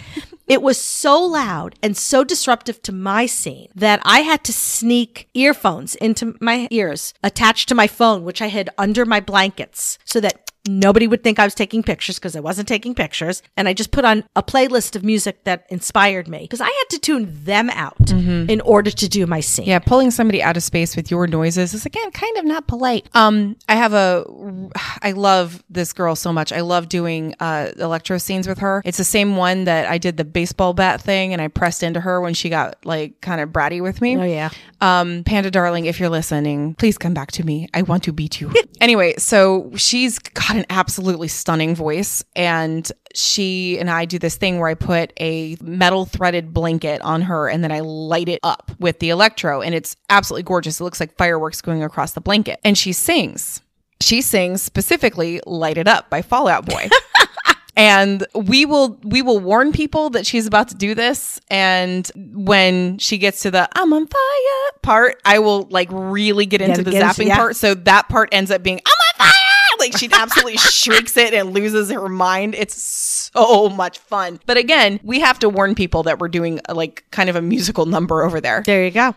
it was so loud and so disruptive to my scene that I had to sneak earphones into my ears attached to my phone, which I hid under my blankets so that nobody would think I was taking pictures because I wasn't taking pictures. And I just put on a playlist of music that inspired me because I had to tune them out in order to do my scene.
Yeah, pulling somebody out of space with your noises is again kind of not polite. Um, I have a, I love this girl so much. I love doing uh, electro scenes with her. It's the same one that I did the baseball bat thing, and I pressed into her when she got like kind of bratty with me.
Oh, yeah.
Um, Panda darling, if you're listening, please come back to me. I want to beat you. anyway, so she's got an absolutely stunning voice, and she and I do this thing where I put a metal threaded blanket on her, and then I light it up with the electro, and it's absolutely gorgeous. It looks like fireworks going across the blanket, and she sings. She sings specifically "Light It Up" by Fallout Boy. and we will we will warn people that she's about to do this and when she gets to the i'm on fire part i will like really get into
Gotta
the
get into-
zapping
yeah.
part so that part ends up being i'm on fire like she absolutely shrieks it and loses her mind it's so much fun but again we have to warn people that we're doing uh, like kind of a musical number over there
There you go.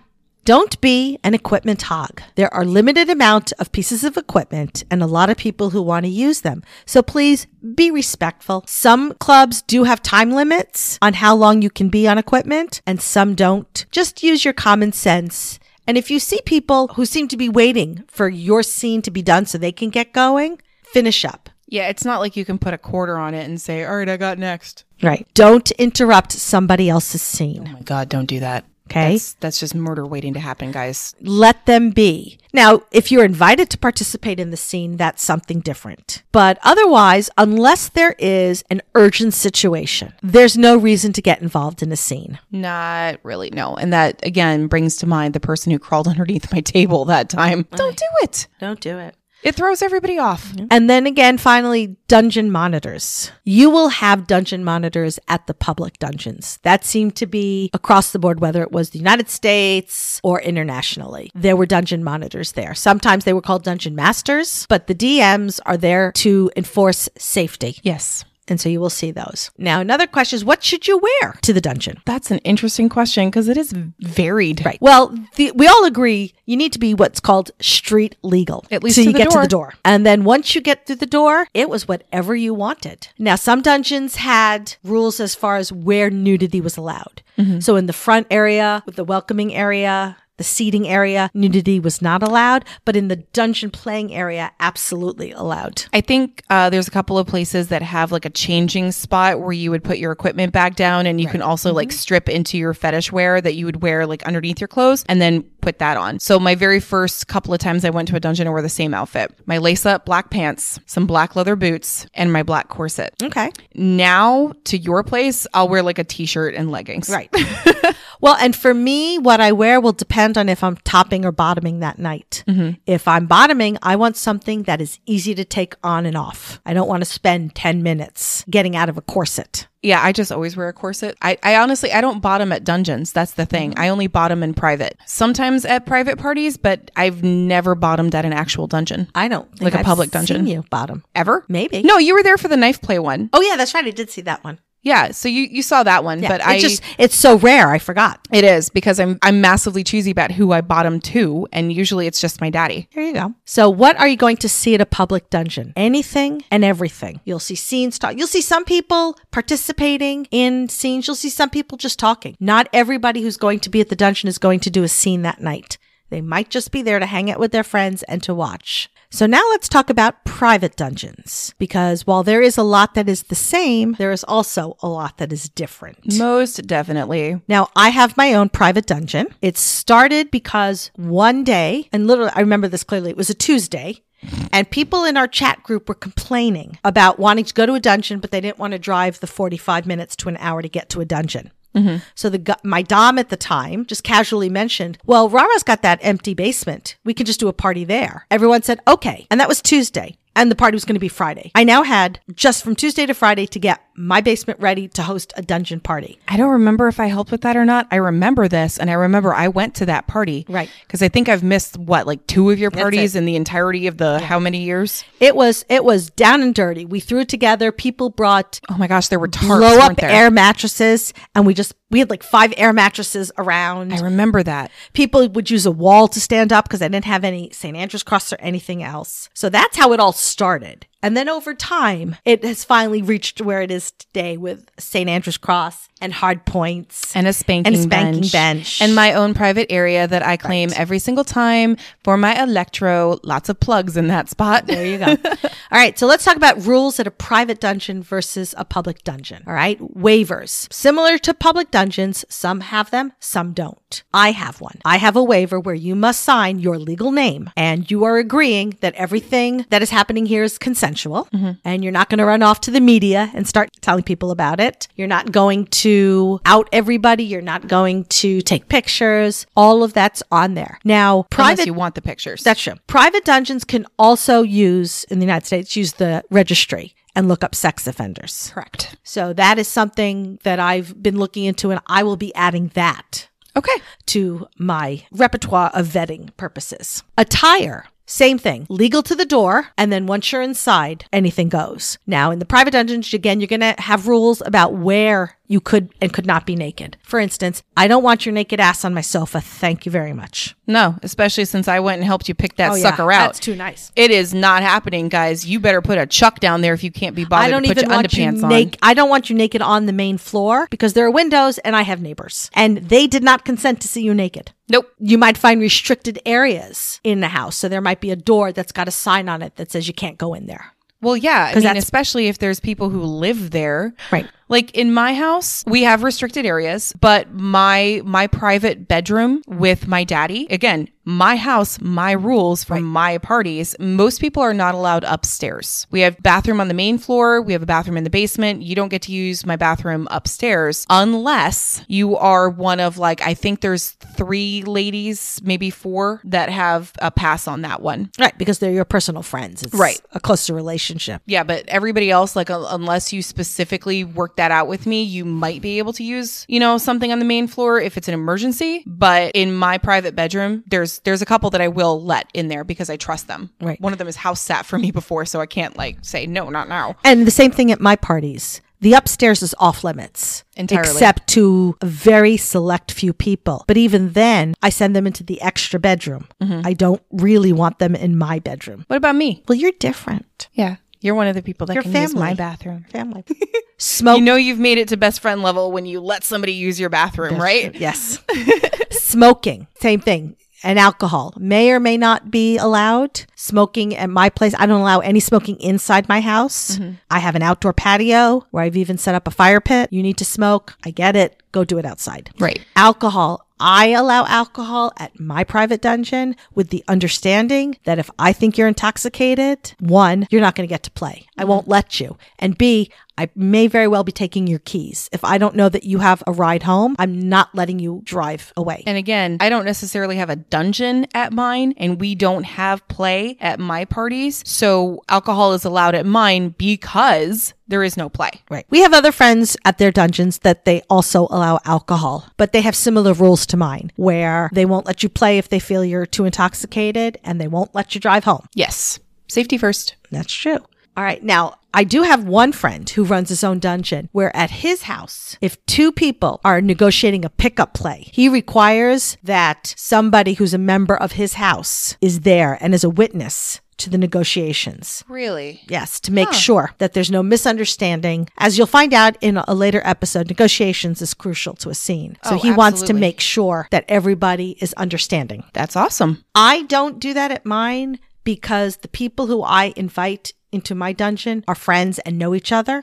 Don't be an equipment hog. There are limited amount of pieces of equipment and a lot of people who want to use them. So please be respectful. Some clubs do have time limits on how long you can be on equipment and some don't. Just use your common sense. And if you see people who seem to be waiting for your scene to be done so they can get going, finish up.
yeah it's not like you can put a quarter on it and say all right i got next
Right. Don't interrupt somebody else's scene.
oh my god don't do that
Okay.
That's, that's just murder waiting to happen, guys.
let them be. Now, if you're invited to participate in the scene, that's something different. But otherwise, unless there is an urgent situation, there's no reason to get involved in a scene.
Not really, no. And that again brings to mind the person who crawled underneath my table that time. Don't do it.
Don't do it.
It throws everybody off.
And then again, finally, dungeon monitors. You will have dungeon monitors at the public dungeons. That seemed to be across the board, whether it was the United States or internationally. There were dungeon monitors there. Sometimes they were called dungeon masters, but the DMs are there to enforce safety.
Yes.
And so you will see those. Now, another question is what should you wear to the dungeon?
That's an interesting question because it is varied.
Right. Well, the, we all agree you need to be what's called street legal.
At least
so
to
you
the
get to
door.
the door. And then once you get through the door, it was whatever you wanted. Now, some dungeons had rules as far as where nudity was allowed.
Mm-hmm.
So in the front area, with the welcoming area, the seating area, nudity was not allowed, but in the dungeon playing area, absolutely allowed.
I think uh, there's a couple of places that have like a changing spot where you would put your equipment back down and you can also like strip into your fetish wear that you would wear like underneath your clothes and then put that on. So my very first couple of times I went to a dungeon I wore the same outfit. My lace up black pants, some black leather boots, and my black corset.
Okay.
Now to your place, I'll wear like a t-shirt and leggings.
Right. well, and for me, what I wear will depend on if I'm topping or bottoming that night. If I'm bottoming, I want something that is easy to take on and off. I don't want to spend 10 minutes getting out of a corset.
Yeah, I just always wear a corset. I, I honestly I don't bottom at dungeons. That's the
Mm-hmm.
thing. I only bottom in private. Sometimes at private parties, but I've never bottomed at an actual dungeon.
I don't think
Like a
I've
public dungeon.
seen you bottom.
Ever?
Uh, Maybe.
No, you were there for the knife play one.
Oh yeah, that's right. I did see that one.
Yeah, so you you saw that one,
Yeah,
but
it
I
just it's so rare. I forgot.
it is because I'm I'm massively choosy about who I bottom to, and usually it's just my daddy.
There you go. So, what are you going to see at a public dungeon? Anything and everything. You'll see scenes talk. You'll see some people participating in scenes. You'll see some people just talking. Not everybody who's going to be at the dungeon is going to do a scene that night. They might just be there to hang out with their friends and to watch. So now let's talk about private dungeons because while there is a lot that is the same, there is also a lot that is different.
Most definitely.
Now, I have my own private dungeon. It started because one day, and literally, I remember this clearly, it was a Tuesday, and people in our chat group were complaining about wanting to go to a dungeon, but they didn't want to drive the 45 minutes to an hour to get to a dungeon. So the gu- my dom at the time just casually mentioned, "Well, Rara's got that empty basement. We can just do a party there." Everyone said, "Okay," and that was Tuesday, and the party was going to be Friday. I now had just from Tuesday to Friday to get my basement ready to host a dungeon party.
I don't remember if I helped with that or not. I remember this, and I remember I went to that party,
Right.
Because I think I've missed what like two of your parties
it.
in the entirety of the how many years?
It was it was down and dirty. We threw it together. People brought
Oh my gosh, there were tarps.
blow up
weren't there?
air mattresses, and we just we had like five air mattresses around.
I remember that.
People would use a wall to stand up because I didn't have any St. Andrew's cross or anything else. So that's how it all started. And then over time, it has finally reached where it is today with St. Andrew's cross and hard points.
And a spanking,
spanking
bench.
bench.
And my own private area that I claim every single time for my electro. Lots of plugs in that spot.
There you go. all right. So let's talk about rules at a private dungeon versus a public dungeon. All right. Waivers. Similar to public dungeons, some have them, some don't. I have one. I have a waiver where you must sign your legal name and you are agreeing that everything that is happening here is consensual
Mm-hmm.
and you're not going to run off to the media and start telling people about it. You're not going to out everybody. You're not going to take pictures. All of that's on there. Now, private
Unless you want the pictures.
that's true. Private dungeons can also use in the United States use the registry and look up sex offenders.
correct.
So that is something that I've been looking into and I will be adding that
Okay.
to my repertoire of vetting purposes. Attire. Same thing, legal to the door, and then once you're inside, anything goes. Now, in the private dungeons, again, you're gonna have rules about where you could and could not be naked. For instance, I don't want your naked ass on my sofa. Thank you very much.
No, especially since I went and helped you pick that
Oh, yeah,
sucker out.
that's too nice.
It is not happening, guys. You better put a chuck down there if you can't be bothered
I don't
to put
even
your
want you
underpants
naked. I don't want you naked on the main floor because there are windows and I have neighbors, and they did not consent to see you naked.
on. Nope.
You might find restricted areas in the house, so there might be a door that's got a sign on it that says you can't go in there.
Well, yeah. I mean,
that's-
especially if there's people who live there.
Right.
Like in my house, we have restricted areas, but my my private bedroom with my daddy, again, my house, my rules for my parties. Most people are not allowed upstairs. We have bathroom on the main floor, we have a bathroom in the basement. You don't get to use my bathroom upstairs unless you are one of like I think there's 3 ladies, maybe 4 that have a pass on that one.
Right, because they're your personal friends. It's
Right.
a closer relationship.
Yeah, but everybody else, like, uh, unless you specifically work that out with me, you might be able to use, you know, something on the main floor if it's an emergency. But in my private bedroom, there's there's a couple that I will let in there because I trust them.
Right.
One of them is house sat for me before, so I can't like say no, not now.
And the same thing at my parties. The upstairs is off limits
Entirely.
except to a very select few people. But even then, I send them into the extra bedroom.
Mm-hmm.
I don't really want them in my bedroom.
What about me?
Well, you're different.
Yeah, you're one of the people that
Your
can use
family.
my bathroom.
Family. Smoke.
You know, you've made it to best friend level when you let somebody use your bathroom, right?
Yes. Smoking, same thing. And alcohol may or may not be allowed. Smoking at my place, I don't allow any smoking inside my house. I have an outdoor patio where I've even set up a fire pit. You need to smoke. I get it. Go do it outside.
Right.
Alcohol. I allow alcohol at my private dungeon with the understanding that if I think you're intoxicated, one, you're not going to get to play. I won't let you. And B, I may very well be taking your keys. If I don't know that you have a ride home, I'm not letting you drive away.
And again, I don't necessarily have a dungeon at mine, and we don't have play at my parties. So alcohol is allowed at mine because there is no play.
Right. We have other friends at their dungeons that they also allow alcohol, but they have similar rules to mine where they won't let you play if they feel you're too intoxicated and they won't let you drive home.
Yes. Safety first.
That's true. All right. Now, I do have one friend who runs his own dungeon where at his house, if two people are negotiating a pickup play, he requires that somebody who's a member of his house is there and is a witness to the negotiations.
Really?
Yes, to make sure that there's no misunderstanding. As you'll find out in a- a later episode, negotiations is crucial to a scene. So
Oh,
he wants to
absolutely.
make sure that everybody is understanding.
That's awesome.
I don't do that at mine because the people who I invite into my dungeon are friends and know each other.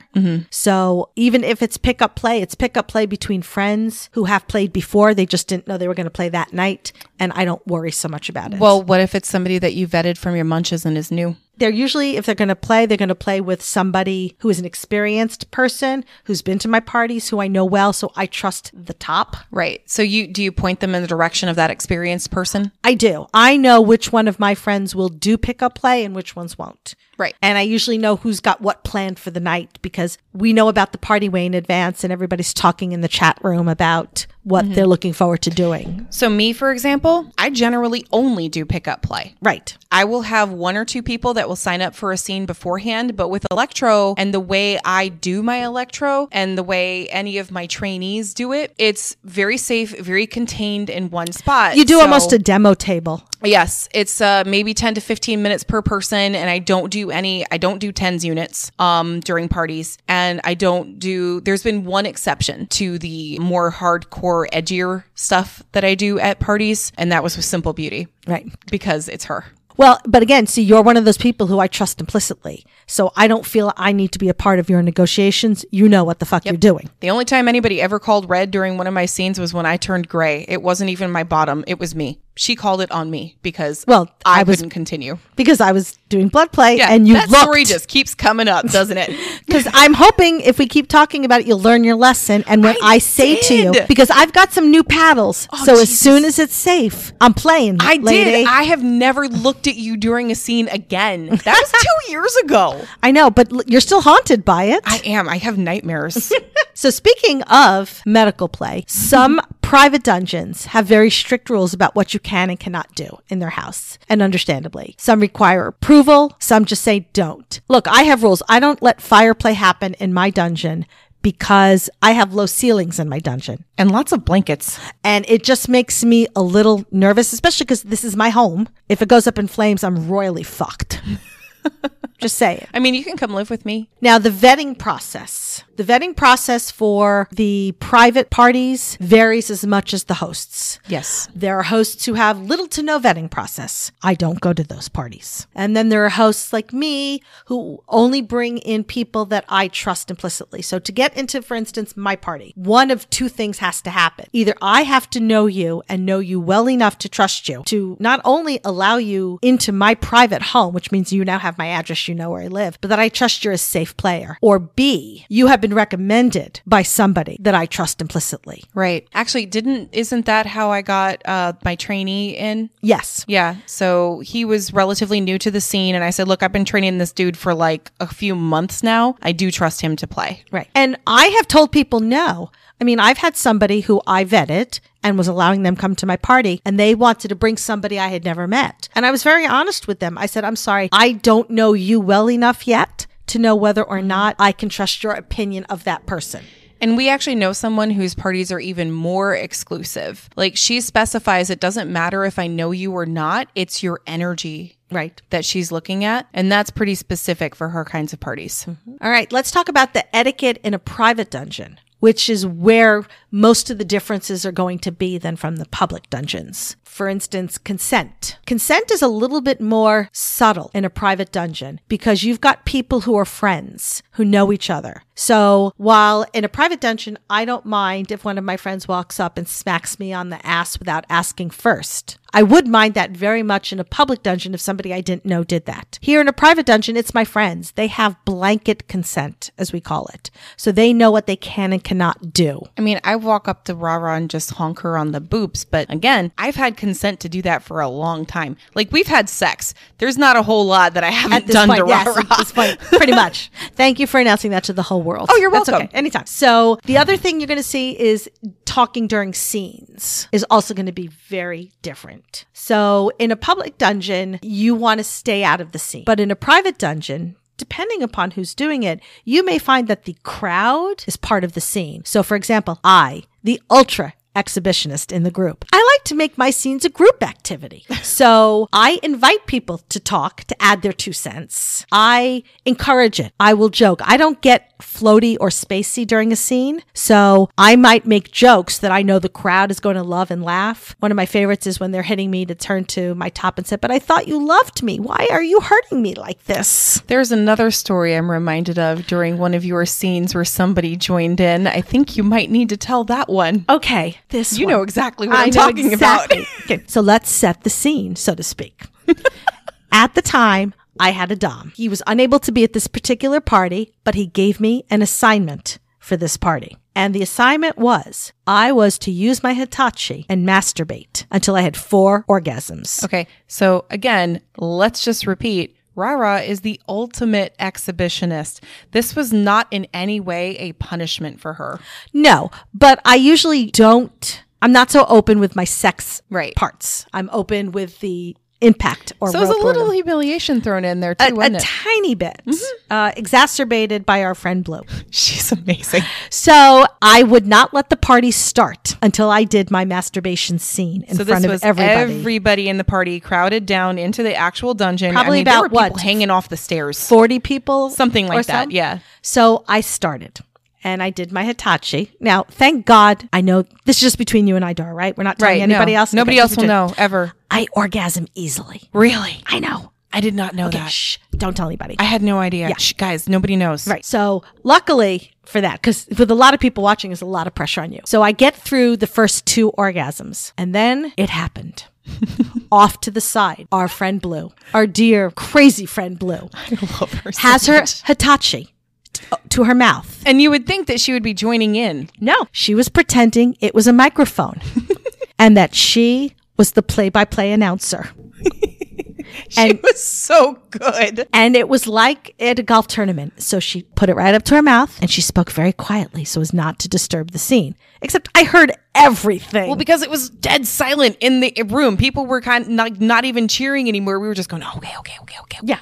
So even if it's pick up play, it's pick up play between friends who have played before. They just didn't know they were going to play that night. And I don't worry so much about it.
Well, what if it's somebody that you vetted from your munches and is new?
they're usually, if they're going to play, they're going to play with somebody who is an experienced person who's been to my parties, who I know well. So I trust the top.
Right. So you do you point them in the direction of that experienced person?
I do. I know which one of my friends will do pick up play and which ones won't.
Right.
And I usually know who's got what planned for the night because we know about the party way in advance and everybody's talking in the chat room about what
Mm-hmm.
they're looking forward to doing.
So me, for example, I generally only do pickup play.
Right.
I will have one or two people that will sign up for a scene beforehand, but with electro and the way I do my electro and the way any of my trainees do it, it's very safe, very contained in one spot.
You do
So-
almost a demo table.
Yes, it's uh, maybe 10 to 15 minutes per person. And I don't do any, I don't do tens units um, during parties. And I don't do, there's been one exception to the more hardcore, edgier stuff that I do at parties. And that was with Simple Beauty
Right.
because it's her.
Well, but again, see, you're one of those people who I trust implicitly. So I don't feel I need to be a part of your negotiations. You know what the fuck you're doing.
The only time anybody ever called red during one of my scenes was when I turned gray. It wasn't even my bottom, it was me. She called it on me because
Well,
I,
I was-
couldn't continue.
Because I was doing blood play
Yeah,
and you
that
looked.
story just keeps coming up, doesn't it?
Because I'm hoping if we keep talking about it, you'll learn your lesson. And when I, say to you,
did. Oh,
because I've got some new paddles, so as
Jesus.
soon as it's safe, I'm playing.
I
lady.
did. I have never looked at you during a scene again. That was two years ago.
I know, but l- you're still haunted by it.
I am. I have nightmares.
so speaking of medical play, some private dungeons have very strict rules about what you can and cannot do in their house. And understandably, some require approval. Some just say don't. Look, I have rules. I don't let fire play happen in my dungeon because I have low ceilings in my dungeon.
and lots of blankets.
And it just makes me a little nervous, especially because this is my home. If it goes up in flames, I'm royally fucked. Just say it.
I mean, you can come live with me.
Now, the vetting process. The vetting process for the private parties varies as much as the hosts.
Yes.
There are hosts who have little to no vetting process. I don't go to those parties. And then there are hosts like me who only bring in people that I trust implicitly. So to get into, for instance, my party, one of two things has to happen. Either I have to know you and know you well enough to trust you to not only allow you into my private home, which means you now have my address, you know where I live, but that I trust you're a safe player. Or B, you have been recommended by somebody that I trust implicitly.
Right. Actually, didn't isn't that how I got uh, my trainee in?
Yes.
Yeah. So he was relatively new to the scene, and I said, "Look, I've been training this dude for like a few months now. I do trust him to play."
Right. And I have told people no. I mean, I've had somebody who I vetted and was allowing them come to my party and they wanted to bring somebody I had never met. And I was very honest with them. I said, "I'm sorry. I don't know you well enough yet to know whether or not I can trust your opinion of that person."
And we actually know someone whose parties are even more exclusive. Like she specifies, it doesn't matter if I know you or not; it's your energy
Right.
that she's looking at, and that's pretty specific for her kinds of parties.
All right, let's talk about the etiquette in a private dungeon, which is where most of the differences are going to be than from the public dungeons. For instance, consent. Consent is a little bit more subtle in a private dungeon because you've got people who are friends, who know each other. So while in a private dungeon, I don't mind if one of my friends walks up and smacks me on the ass without asking first. I would mind that very much in a public dungeon if somebody I didn't know did that. Here in a private dungeon, it's my friends. They have blanket consent, as we call it. So they know what they can and cannot do.
I mean, I walk up to Rara and just honk her on the boobs, but again, I've had consent to do that for a long time. Like we've had sex. There's not a whole lot that I haven't done to
yes,
Rara.
at this point, pretty much. Thank you for announcing that to the whole world.
Oh, you're
That's
welcome.
okay, Anytime. So the other thing you're going to see is talking during scenes is also going to be very different. So in a public dungeon, you want to stay out of the scene, but in a private dungeon. Depending upon who's doing it, you may find that the crowd is part of the scene. So, for example, I, the ultra exhibitionist in the group. I like to make my scenes a group activity. So I invite people to talk, to add their two cents. I encourage it. I will joke. I don't get floaty or spacey during a scene. So I might make jokes that I know the crowd is going to love and laugh. One of my favorites is when they're hitting me to turn to my top and say, But I thought you loved me. Why are you hurting me like this?
There's another story I'm reminded of during one of your scenes where somebody joined in. I think you might need to tell that one.
Okay. This
You
one.
know exactly what I am
know
talking about.
exactly. okay, so let's set the scene, so to speak. at the time, I had a Dom. He was unable to be at this particular party, but he gave me an assignment for this party. And the assignment was I was to use my Hitachi and masturbate until I had four orgasms.
Okay, so again, let's just repeat. Rara is the ultimate exhibitionist. This was not in any way a punishment for her.
No, but I usually don't. I'm not so open with my sex
Right.
parts. I'm open with the impact or
So it was
rope
a
or
little humiliation thrown in there too,
a, a
wasn't it? Mm-hmm.
tiny bit, uh, exacerbated by our friend Blue.
She's amazing.
So I would not let the party start until I did my masturbation scene in
So this
front of
was
everybody.
everybody in the party crowded down into the actual dungeon.
Probably
I mean, there
about
were people
what?
hanging off the stairs.
40 people.
Something like
or
that,
some.
yeah.
So I started and I did my Hitachi. Now, thank God, I know this is just between you and I, Dora, right? We're not telling
Right?
anybody
no.
else.
Nobody
Okay,
else will
between-
know ever.
I orgasm easily.
Really?
I know.
I did not know that.
Shh. Don't tell anybody.
I had no idea. Shh, guys, nobody knows.
Right. So luckily for that, because with a lot of people watching, there's a lot of pressure on you. So I get through the first two orgasms and then it happened. Off to the side, our friend Blue, our dear crazy friend Blue,
Love her so
has her
much.
Hitachi t- uh, to her mouth.
And you would think that she would be joining in.
No, she was pretending it was a microphone and that she was the play by play announcer.
She was so good.
And it was like at a golf tournament. So she put it right up to her mouth and she spoke very quietly so as not to disturb the scene. Except I heard everything.
Well, because it was dead silent in the room. People were kind of not, not even cheering anymore. We were just going, "Oh, okay, okay, okay, okay.
yeah.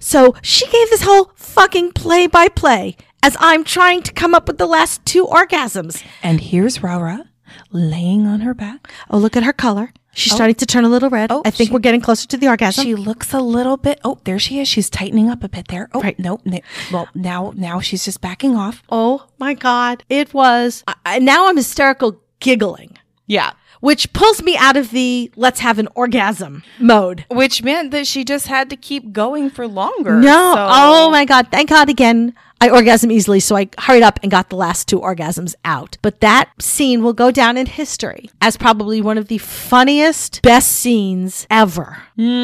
So she gave this whole fucking play by play as I'm trying to come up with the last two orgasms.
And here's Rara laying on her back.
Oh, look at her color. She's starting to turn a little red.
Oh,
I think
she-
we're getting closer to the orgasm.
She looks a little bit. Oh, there she is. She's tightening up a bit there. Oh, nope. no. Well, now, now she's just backing off.
oh my God. It was. I, I, now I'm hysterical giggling,
Yeah.
which pulls me out of the let's have an orgasm mode.
Which meant that she just had to keep going for longer.
No.
So-
Oh my God. Thank God again. I orgasm easily, so I hurried up and got the last two orgasms out. But that scene will go down in history as probably one of the funniest, best scenes ever.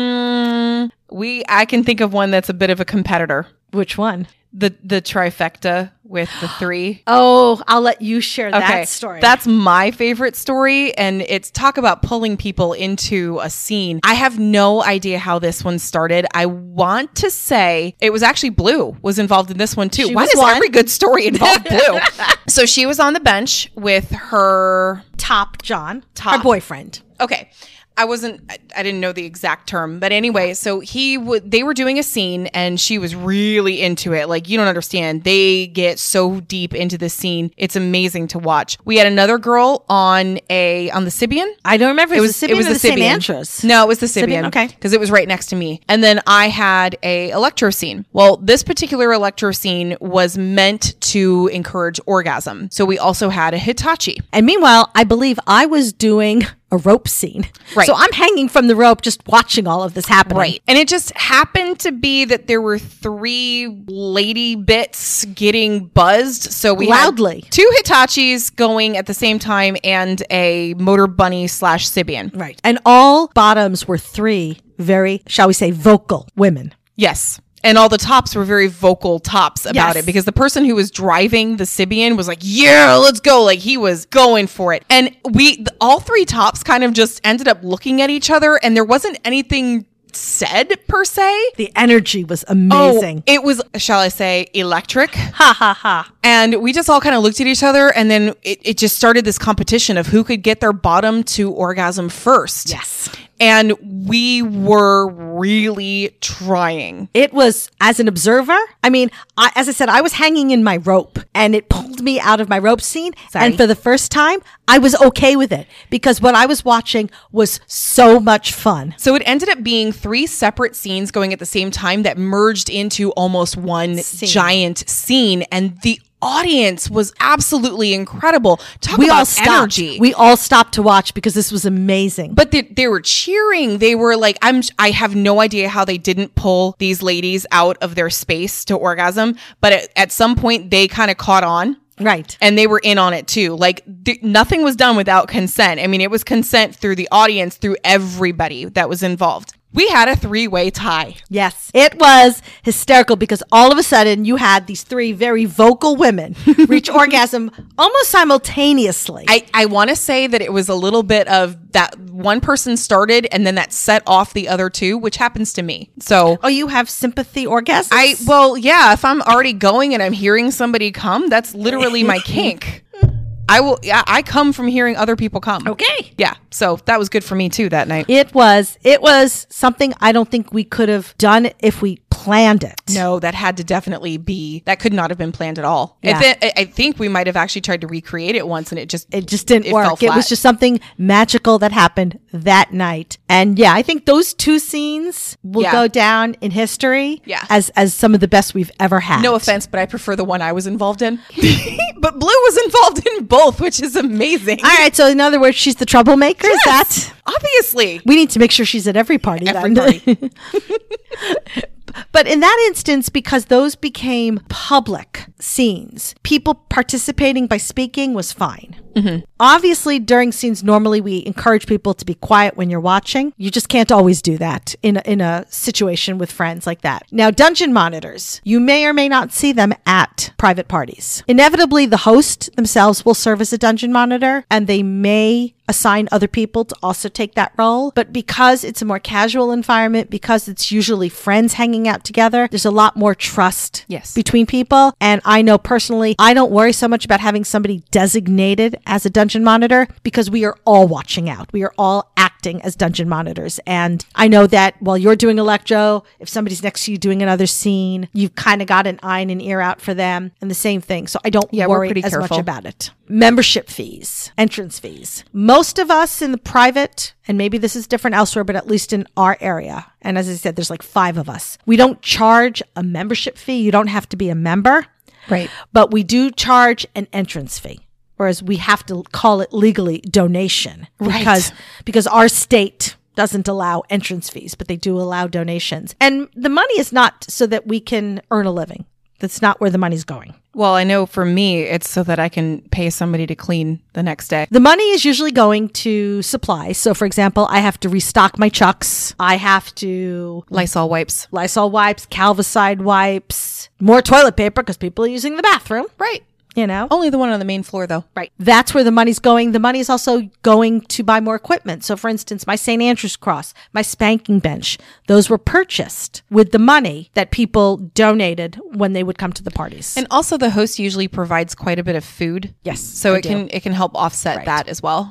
Mm, we, I can think of one that's a bit of a competitor.
Which one?
The the trifecta with the three.
Oh, I'll let you share that story.
That's my favorite story. And it's talk about pulling people into a scene. I have no idea how this one started. I want to say it was actually Blue was involved in this one too.
She
Why
was
does
one.
every good story involve Blue? so she was on the bench with her
top John,
Top.
her boyfriend.
okay i wasn't I, I didn't know the exact term but anyway so he would they were doing a scene and she was really into it like you don't understand they get so deep into this scene it's amazing to watch we had another girl on a on the sibian
I don't remember. It was, the Sibian or the St.
Sibian.
Andrews.
No, it was the Sibian.
okay.
because it was right next to me. And then I had a electro scene. Well, this particular electro scene was meant to encourage orgasm. So we also had a Hitachi.
And meanwhile, I believe I was doing a rope scene.
Right.
So I'm hanging from the rope, just watching all of this happening.
Right. And it just happened to be that there were three lady bits getting buzzed. So we had
Loudly.
two Hitachis going at the same time and a motor bunny slash Sibian.
Right. And all bottoms were three very, shall we say, vocal women.
Yes. And all the tops were very vocal tops about
Yes.
it because the person who was driving the Sibian was like, yeah, let's go. Like he was going for it. And we, th- all three tops kind of just ended up looking at each other and there wasn't anything said per se.
The energy was
Oh,
amazing.
it was, shall I say, electric.
ha ha ha.
And we just all kind of looked at each other, and then it, it just started this competition of who could get their bottom to orgasm first.
Yes.
And we were really trying.
It was, as an observer, I mean, I, as I said, I was hanging in my rope and it pulled me out of my rope scene. And for the first time, I was okay with it because what I was watching was so much fun.
So it ended up being three separate scenes going at the same time that merged into almost one giant scene. And the audience was absolutely incredible. Talk
We
about
all stopped.
energy.
We all stopped to watch because this was amazing.
but they, they were cheering they were like i'm i have no idea how they didn't pull these ladies out of their space to orgasm but at, at some point they kind of caught on
right.
and they were in on it too like th- nothing was done without consent i mean it was consent through the audience through everybody that was involved we had a three-way tie
Yes. It was hysterical because all of a sudden you had these three very vocal women reach orgasm almost simultaneously.
I, I want to say that it was a little bit of that one person started and then that set off the other two, which happens to me. So
oh, you have sympathy orgasms?
I well, yeah. If I'm already going and I'm hearing somebody come, that's literally my kink. I will. Yeah, I come from hearing other people come.
Okay.
Yeah. So that was good for me too that night.
It was it was something I don't think we could have done if we planned it.
No, that had to definitely be. That could not have been planned at all. I
Yeah.
thi- I, I think we might have actually tried to recreate it once, and it just
It just didn't
It fell
work. It was
flat.
just something magical that happened that night. And yeah, I think those two scenes will
Yeah.
go down in history
Yeah.
as as some of the best we've ever had.
No offense, but I prefer the one I was involved in. but Blue was involved in both, which is amazing.
All right, so in other words, she's the troublemaker. Is that
Obviously.
We need to make sure she's at every party.
Every
then.
party.
but in that instance, because those became public scenes, people participating by speaking was fine. Obviously, during scenes, normally we encourage people to be quiet when you're watching. You just can't always do that in a, in a situation with friends like that. Now, dungeon monitors, you may or may not see them at private parties. Inevitably, the host themselves will serve as a dungeon monitor, and they may assign other people to also take that role. But because it's a more casual environment, because it's usually friends hanging out together, there's a lot more trust
Yes.
between people. And I know personally, I don't worry so much about having somebody designated as a dungeon monitor because we are all watching out. We are all active acting as dungeon monitors. And I know that while you're doing electro, if somebody's next to you doing another scene, you've kind of got an eye and an ear out for them and the same thing. So I don't
Yeah, we're
worry
pretty
as
careful.
much about it. Membership fees, entrance fees. Most of us in the private, and maybe this is different elsewhere, but at least in our area. And as I said, there's like five of us. We don't charge a membership fee. You don't have to be a member
Right.
but we do charge an entrance fee whereas we have to call it legally donation because because our state doesn't allow entrance fees but they do allow donations and the money is not so that we can earn a living that's not where the money's going
Well, I know for me, it's so that I can pay somebody to clean the next day.
The money is usually going to supplies. So, for example, I have to restock my chucks. I have to
Lysol wipes.
Lysol wipes, Calvicide wipes, more toilet paper because people are using the bathroom,
Right.
you know?
Only the one on the main floor, though.
Right. That's where the money's going. The money is also going to buy more equipment. So, for instance, my St. Andrew's cross, my spanking bench, those were purchased with the money that people donated when they would come to the parties.
And also, the host usually provides quite a bit of food.
Yes,
So
they Mm-hmm.
it can it can help offset that as well.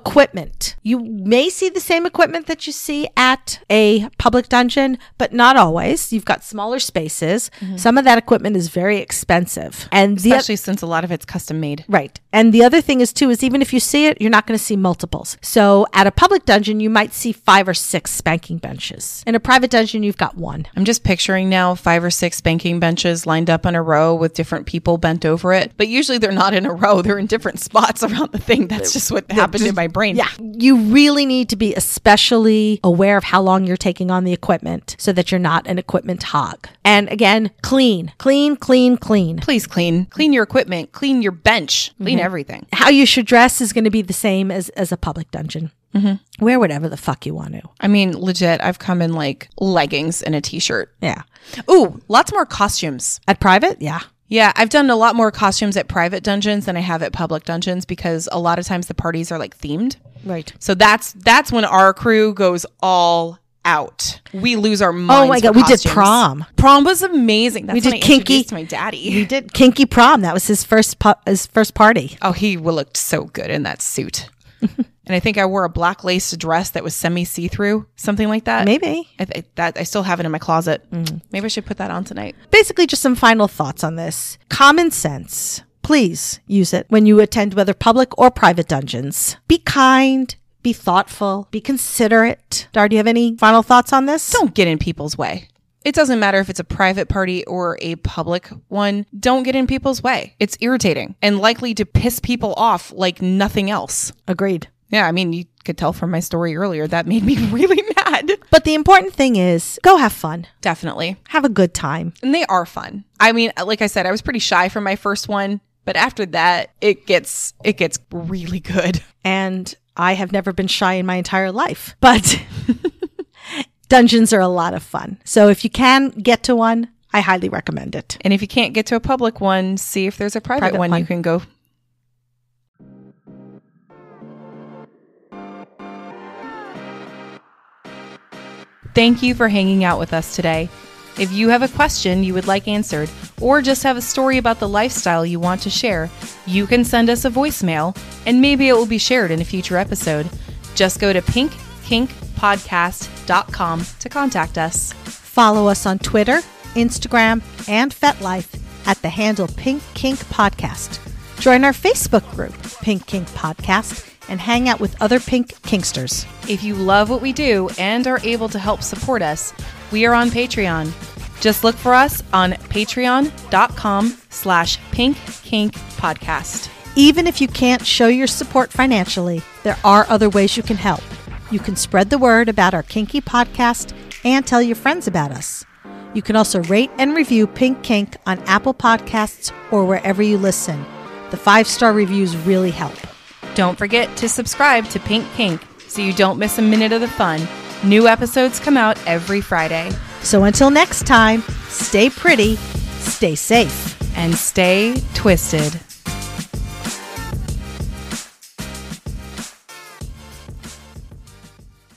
equipment. You may see the same equipment that you see at a public dungeon, but not always. You've got smaller spaces. Some of that equipment is very expensive. And the
Especially since a lot of it's custom made.
Right. And the other thing is too is even if you see it, you're not going to see multiples. So at a public dungeon, you might see five or six spanking benches. In a private dungeon, you've got one.
I'm just picturing now five or six banking benches lined up in a row with different people bent over it. But usually they're not in a row, they're in different spots around the thing. That's just what happened in my brain.
Yeah. You really need to be especially aware of how long you're taking on the equipment so that you're not an equipment hog. And again, clean, clean, clean, clean.
Please clean. Clean your equipment, clean your bench,
Mm-hmm.
clean everything.
How you should dress is going to be the same as, as a public dungeon. Mm-hmm. Wear whatever the fuck you want to.
I mean, legit, I've come in like leggings and a t shirt.
Yeah.
Ooh, lots more costumes.
At private, yeah.
Yeah, I've done a lot more costumes at private dungeons than I have at public dungeons because a lot of times the parties are like themed.
Right.
So that's that's when our crew goes all out. We lose our minds.
Oh my
for
God, we did
costumes.
prom.
Prom was amazing. That's we
did
did when I
kinky.
introduced my daddy.
He did kinky prom. That was his first pu- his first party.
Oh, he w- looked so good in that suit. and I think I wore a black lace dress that was semi see through, something like that.
Maybe.
I th- that I still have it in my closet.
Mm.
Maybe I should put that on tonight.
Basically, just some final thoughts on this. Common sense. Please use it when you attend whether public or private dungeons. Be kind. Be thoughtful. Be considerate. Dar, do you have any final thoughts on this?
don't get in people's way. It doesn't matter if it's a private party or a public one. Don't get in people's way. It's irritating and likely to piss people off like nothing else.
Agreed.
Yeah, I mean, you could tell from my story earlier that made me really mad.
But the important thing is go have fun.
Definitely.
Have a good time.
And they are fun. I mean, like I said, I was pretty shy for my first one, but after that, it gets it gets really good.
And I have never been shy in my entire life, but dungeons are a lot of fun. So if you can get to one, I highly recommend it.
And if you can't get to a public one, see if there's a private,
Private
one,
one.
you can go. Thank you for hanging out with us today. If you have a question you would like answered, or just have a story about the lifestyle you want to share, you can send us a voicemail, and maybe it will be shared in a future episode. Just go to pinkkinkpodcast.com to contact us.
Follow us on Twitter, Instagram, and FetLife at the handle Pink Kink Podcast. Join our Facebook group, Pink Kink Podcast, and hang out with other pink kinksters.
If you love what we do and are able to help support us, we are on Patreon. Just look for us on patreon.com slash pink kink podcast.
Even if you can't show your support financially, there are other ways you can help. You can spread the word about our Kinky podcast and tell your friends about us. You can also rate and review Pink Kink on Apple Podcasts or wherever you listen. The five star reviews really help.
Don't forget to subscribe to Pink Kink so you don't miss a minute of the fun. New episodes come out every Friday.
So until next time, stay pretty, stay safe.
And stay twisted.